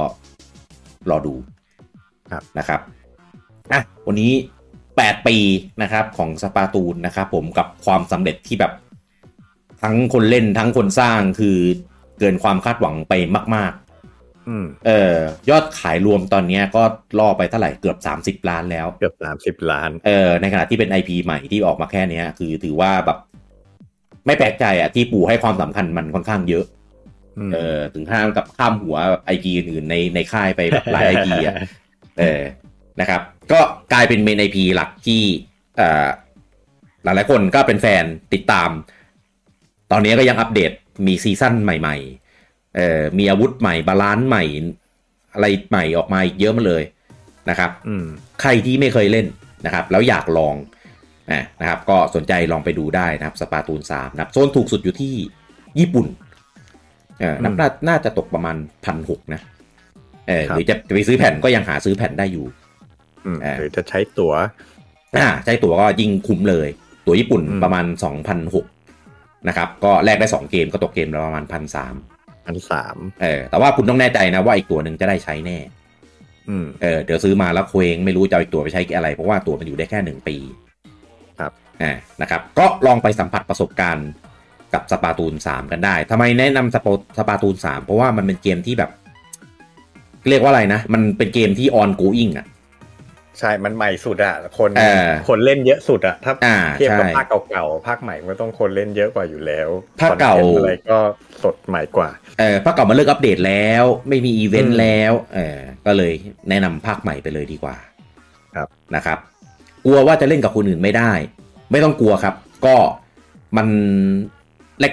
S1: รอดู
S2: ครับ
S1: นะครับ อ่ะ วันนี้ 8 ปีนะครับ ของสปาตูนนะครับผมกับความสำเร็จที่แบบ ทั้งคนเล่นทั้งคนสร้างคือเกินความคาดหวังไปมาก
S2: อืม
S1: ๆ เออยอดขายรวมตอนเนี้ยก็ล่อไปเท่าไหร่เกือบ 30 ล้านแล้ว
S2: เกือบสามสิบ30 ล้าน
S1: เออในขณะที่เป็น IP ใหม่ที่ออกมาแค่เนี้ย คือถือว่าแบบ ไม่แปลกใจอะที่ปู่ให้ความสำคัญมันค่อนข้างเยอะ
S2: อืม
S1: เออถึงห้ามกับข้ามหัวไอพีอื่นๆในในค่ายไป แบบหลายไอพีอ่ะ เออนะครับ ก็กลายเป็นเมนไอพีหลักที่เอ่อหลายหลายๆคนก็เป็นแฟนติดตาม ตอนนี้ก็ยังอัปเดตมีซีซั่นใหม่ๆเอ่อมีอาวุธใหม่ บาลานซ์ใหม่ อะไรใหม่ออกมาอีกเยอะมาเลยนะครับ
S2: อืม
S1: ใครที่ไม่เคยเล่นนะครับ แล้วอยากลองอ่ะนะครับ ก็สนใจลองไปดูได้นะครับสปาตูน3นะครับโซนถูกสุดอยู่ที่ญี่ปุ่นเอ่อ
S2: อืม
S1: น้ำหนักน่าจะตกประมาณพันหกนะเออ
S2: ค
S1: ห
S2: รับ
S1: รือจะจะไปซื้อแผ่นก็ยังหาซื้อแผ่นได้อยู่
S2: อืม
S1: เออ
S2: หรือจะใช้ตั๋ว
S1: อ่าใช้ตั๋วก็ยิ่งคุ้มเลย ตั๋วญี่ปุ่น
S2: อืม
S1: ประมาณ 2,006นะครับ ก็แลกได้ 2 เกมก็ตกเกมละประมาณพันสาม
S2: อันสาม
S1: เออแต่ว่าคุณต้องแน่ใจนะว่าอีกตั๋วหนึ่งจะได้ใช้แน่
S2: อืม
S1: เออเดี๋ยวซื้อมาแล้วเคว้งไม่รู้จะเอาอีกตั๋วไปใช้อะไร เพราะว่าตั๋วมันอยู่ได้แค่หนึ่งปี
S2: ครับ
S1: อ่านะครับก็ลองไปสัมผัสประสบการณ์กับสปาตูน 3 กันได้ทำไมแนะนำสปาสปาตูน 3 เพราะว่ามันเป็นเกมที่แบบ เรียกว่าอะไรนะ มันเป็นเกมที่ on going อ่ะ
S2: ใช่มันใหม่สุดอะคน
S1: เออ
S2: คนเล่นเยอะสุดอะถ้า
S1: อ่า
S2: เทียบกับ
S1: ใช่
S2: ภาคเก่าๆภาคใหม่ก็ต้องคนเล่นเยอะกว่าอยู่แล้ว
S1: ภาคเก่า
S2: คอนทนต์อะไรก็สดใหม่ กว่า
S1: เออภาคเก่ามันเลิกอัปเดตแล้ว ไม่มีอีเวน
S2: อื
S1: ต์
S2: ม
S1: แล้วเออก็เลยแนะนำภาคใหม่ไปเลยดีกว่า
S2: ครับ
S1: นะครับ กลัวว่าจะเล่นกับคนอื่นไม่ได้ ไม่ต้องกลัวครับ ก็มัน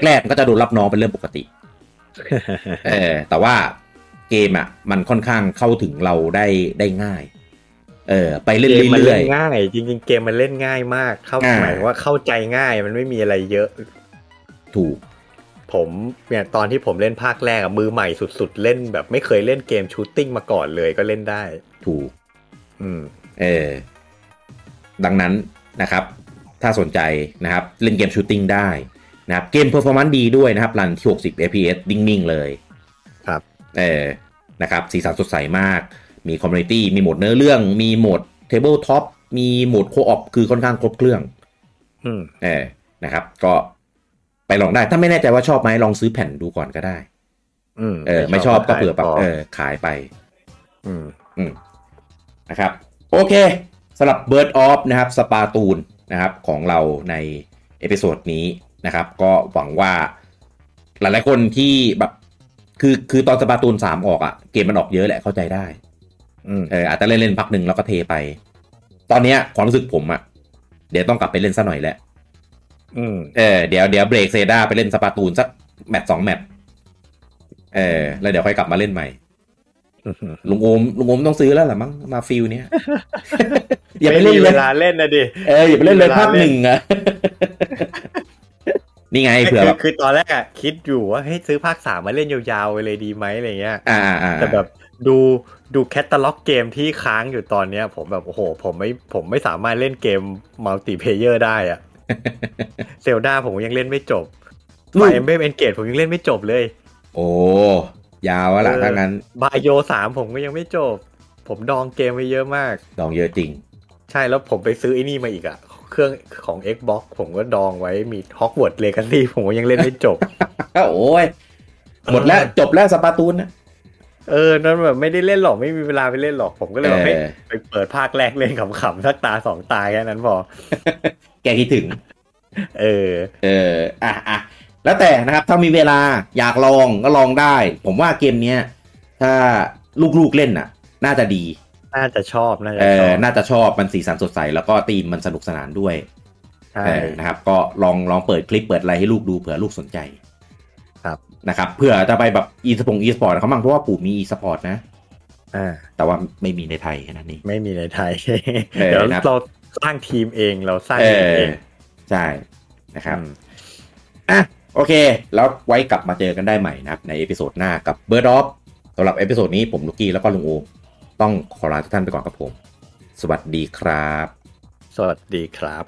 S1: แรกๆมันก็จะโดนรับน้องเป็นเรื่องปกติ เออแต่ว่าเกมอ่ะ มันค่อนข้างเข้าถึงเราได้ได้ง่าย เออไปเล่น
S2: เกมมัน
S1: เรื่อ
S2: เล่
S1: ย
S2: นง่ายจริงๆเกมมันเล่นง่ายมาก เข้า
S1: อ่า
S2: หมายว่าเข้าใจง่ายมันไม่มีอะไรเยอะ
S1: ๆถูก
S2: ผมเนี่ยตอนที่ผมเล่นภาคแรกอะมือใหม่สุดๆ เล่นแบบไม่เคยเล่นเกมชูตติ้งมาก่อนเลยก็เล่นได้
S1: ถูก
S2: อืม
S1: เออ ดังนั้นนะครับ ถ้าสนใจนะครับ เล่นเกมชูตติ้งได้นะครับ เกมเพอร์ฟอร์แมนซ์ดีด้วยนะครับ รันที่ 60 fps นิ่งๆ เลย
S2: ครับ
S1: เออนะครับ สีสันสดใสมาก มีคอมมูนิตี้ มีโหมดเนื้อเรื่อง มีโหมดเทเบิลท็อป มีโหมดโคออปคือค่อนข้างครบเครื่อง
S2: อืม
S1: เออนะครับ ก็ไปลองได้ ถ้าไม่แน่ใจว่าชอบไหมลองซื้อแผ่นดูก่อนก็ได้
S2: อืม
S1: เออ ไม่ชอบก็เผื่อแบบ
S2: ขาย
S1: เอ
S2: ต่
S1: อ ขายไป
S2: อืม
S1: นะครับโอเคสำหรับ Bird of นะครับสปาตูนนะครับของเราในเอพิโซดนี้นะครับ ก็หวังว่าหลายๆคนที่แบบคือคือตอนสปาตูน 3 ออกอะ่ะเกมมันออกเยอะแหละเข้าใจได้
S2: อืม
S1: เอออาจจะเล่นเล่นๆพักหนึ่งแล้วก็เทไป ตอนเนี้ยความรู้สึกผมอะ่ะเดี๋ยวต้องกลับไปเล่นซะหน่อยแหละ
S2: อืม
S1: เออเดี๋ยวเดี๋ยวเบรกเซดาไปเล่นสปาตูนสักแมตช์สองแมตช์เออแล้วเดี๋ยวค่อยกลับมาเล่นใหม่ ลุงโอมลุงโอมต้องซื้อแล้วล่ะมั้งมาฟิลเนี้ย อย่าไปเล่น
S2: ม่มี
S1: เล
S2: เวย ลาเล่นนะดิ
S1: เอออย่าไปเล่นเลย
S2: เวลา
S1: ภาคหนึ่งอะ นี่ไงเผื่อ
S2: คื
S1: แบ
S2: อบ คือตอนแรกอะคิดอยู่ว่าเฮ้ยซื้อภาคสามมาเล่นยาวๆไปเลยดีไหมอะไรเงี้ย
S1: อ่าอ่า
S2: แต่แบบดูดูแคตตาล็อกเกมที่ค้างอยู่ตอนเนี้ย ผมแบบโอ้โห ผมไม่ผมไม่สามารถเล่นเกมมัลติเพเยอร์ได้ อะ เซลดาผมยังเล่นไม่จบไฟ
S1: ลูก
S2: เอ็มเบมเอนเกตผมยังเล่นไม่จบเลย
S1: โอ้ยาวอะล่ะ
S2: เออ
S1: ถ้างั้น
S2: บายโยสามผมก็ยังไม่จบ ผมดองเกมไว้เยอะมาก
S1: ดองเยอะจริง
S2: ใช่แล้วผมไปซื้อไอ้นี่มาอีกอะเครื่องของ Xbox ผมก็ดองไว้มี Hogwarts Legacy ผมก็ยังเล่นไม่จ บ
S1: โอ้ยหมดแล้วจบแล้วสปาตูนนะ
S2: เออนั่นแบบไม่ได้เล่นหรอกไม่มีเวลาไปเล่นหรอกผมก็เลย
S1: เอ
S2: แบบเฮ้ย
S1: อ
S2: ไปเปิดภาคแรกเล่นขำๆสักตาสองตาแค่นั้นพอ
S1: แกคิดถึง
S2: เออ
S1: เอออ่ะอ่ะแล้วแต่นะครับถ้ามีเวลาอยากลองก็ลองได้ ผมว่าเกมเนี้ยถ้าลูกๆเล่นน่ะ น่าจะดี
S2: น่าจะชอบ น่า
S1: เอ
S2: จะช
S1: อ
S2: อบ
S1: น่าจะชอบมันสีสันสดใสแล้วก็ธีมมันสนุกสนานด้วย
S2: ใช่
S1: เออนะครับ ก็ลองลองเปิดคลิปเปิดอะไรให้ลูกดูเผื่อลูกสนใจ
S2: ครับ
S1: นะครับเผื่อจะไปแบบอีสปงอีสปอร์ตเขามั่งเพราะว่าปู่มีอีสปอร์ตนะ
S2: อ่า
S1: แต่ว่าไม่มีในไทยแค่นั้นเอง
S2: ไม่มีในไทย
S1: เออ
S2: เดี๋ยว
S1: ครับ
S2: เราสร้างทีมเองเราสร้าง
S1: เอ
S2: ทีม
S1: อ
S2: เอง
S1: ใช่นะครับ
S2: อืม
S1: อ่ะโอเค แล้วไว้กลับมาเจอกันได้ใหม่นะครับ ในเอพิโซดหน้ากับเบอร์ดอฟสำหรับเอพิโซดนี้ผมลูกกี้แล้วก็ลุงโอมต้องขอลาทุกท่านไปก่อนครับผม สวัสดีครับ
S2: สวัสดีครับ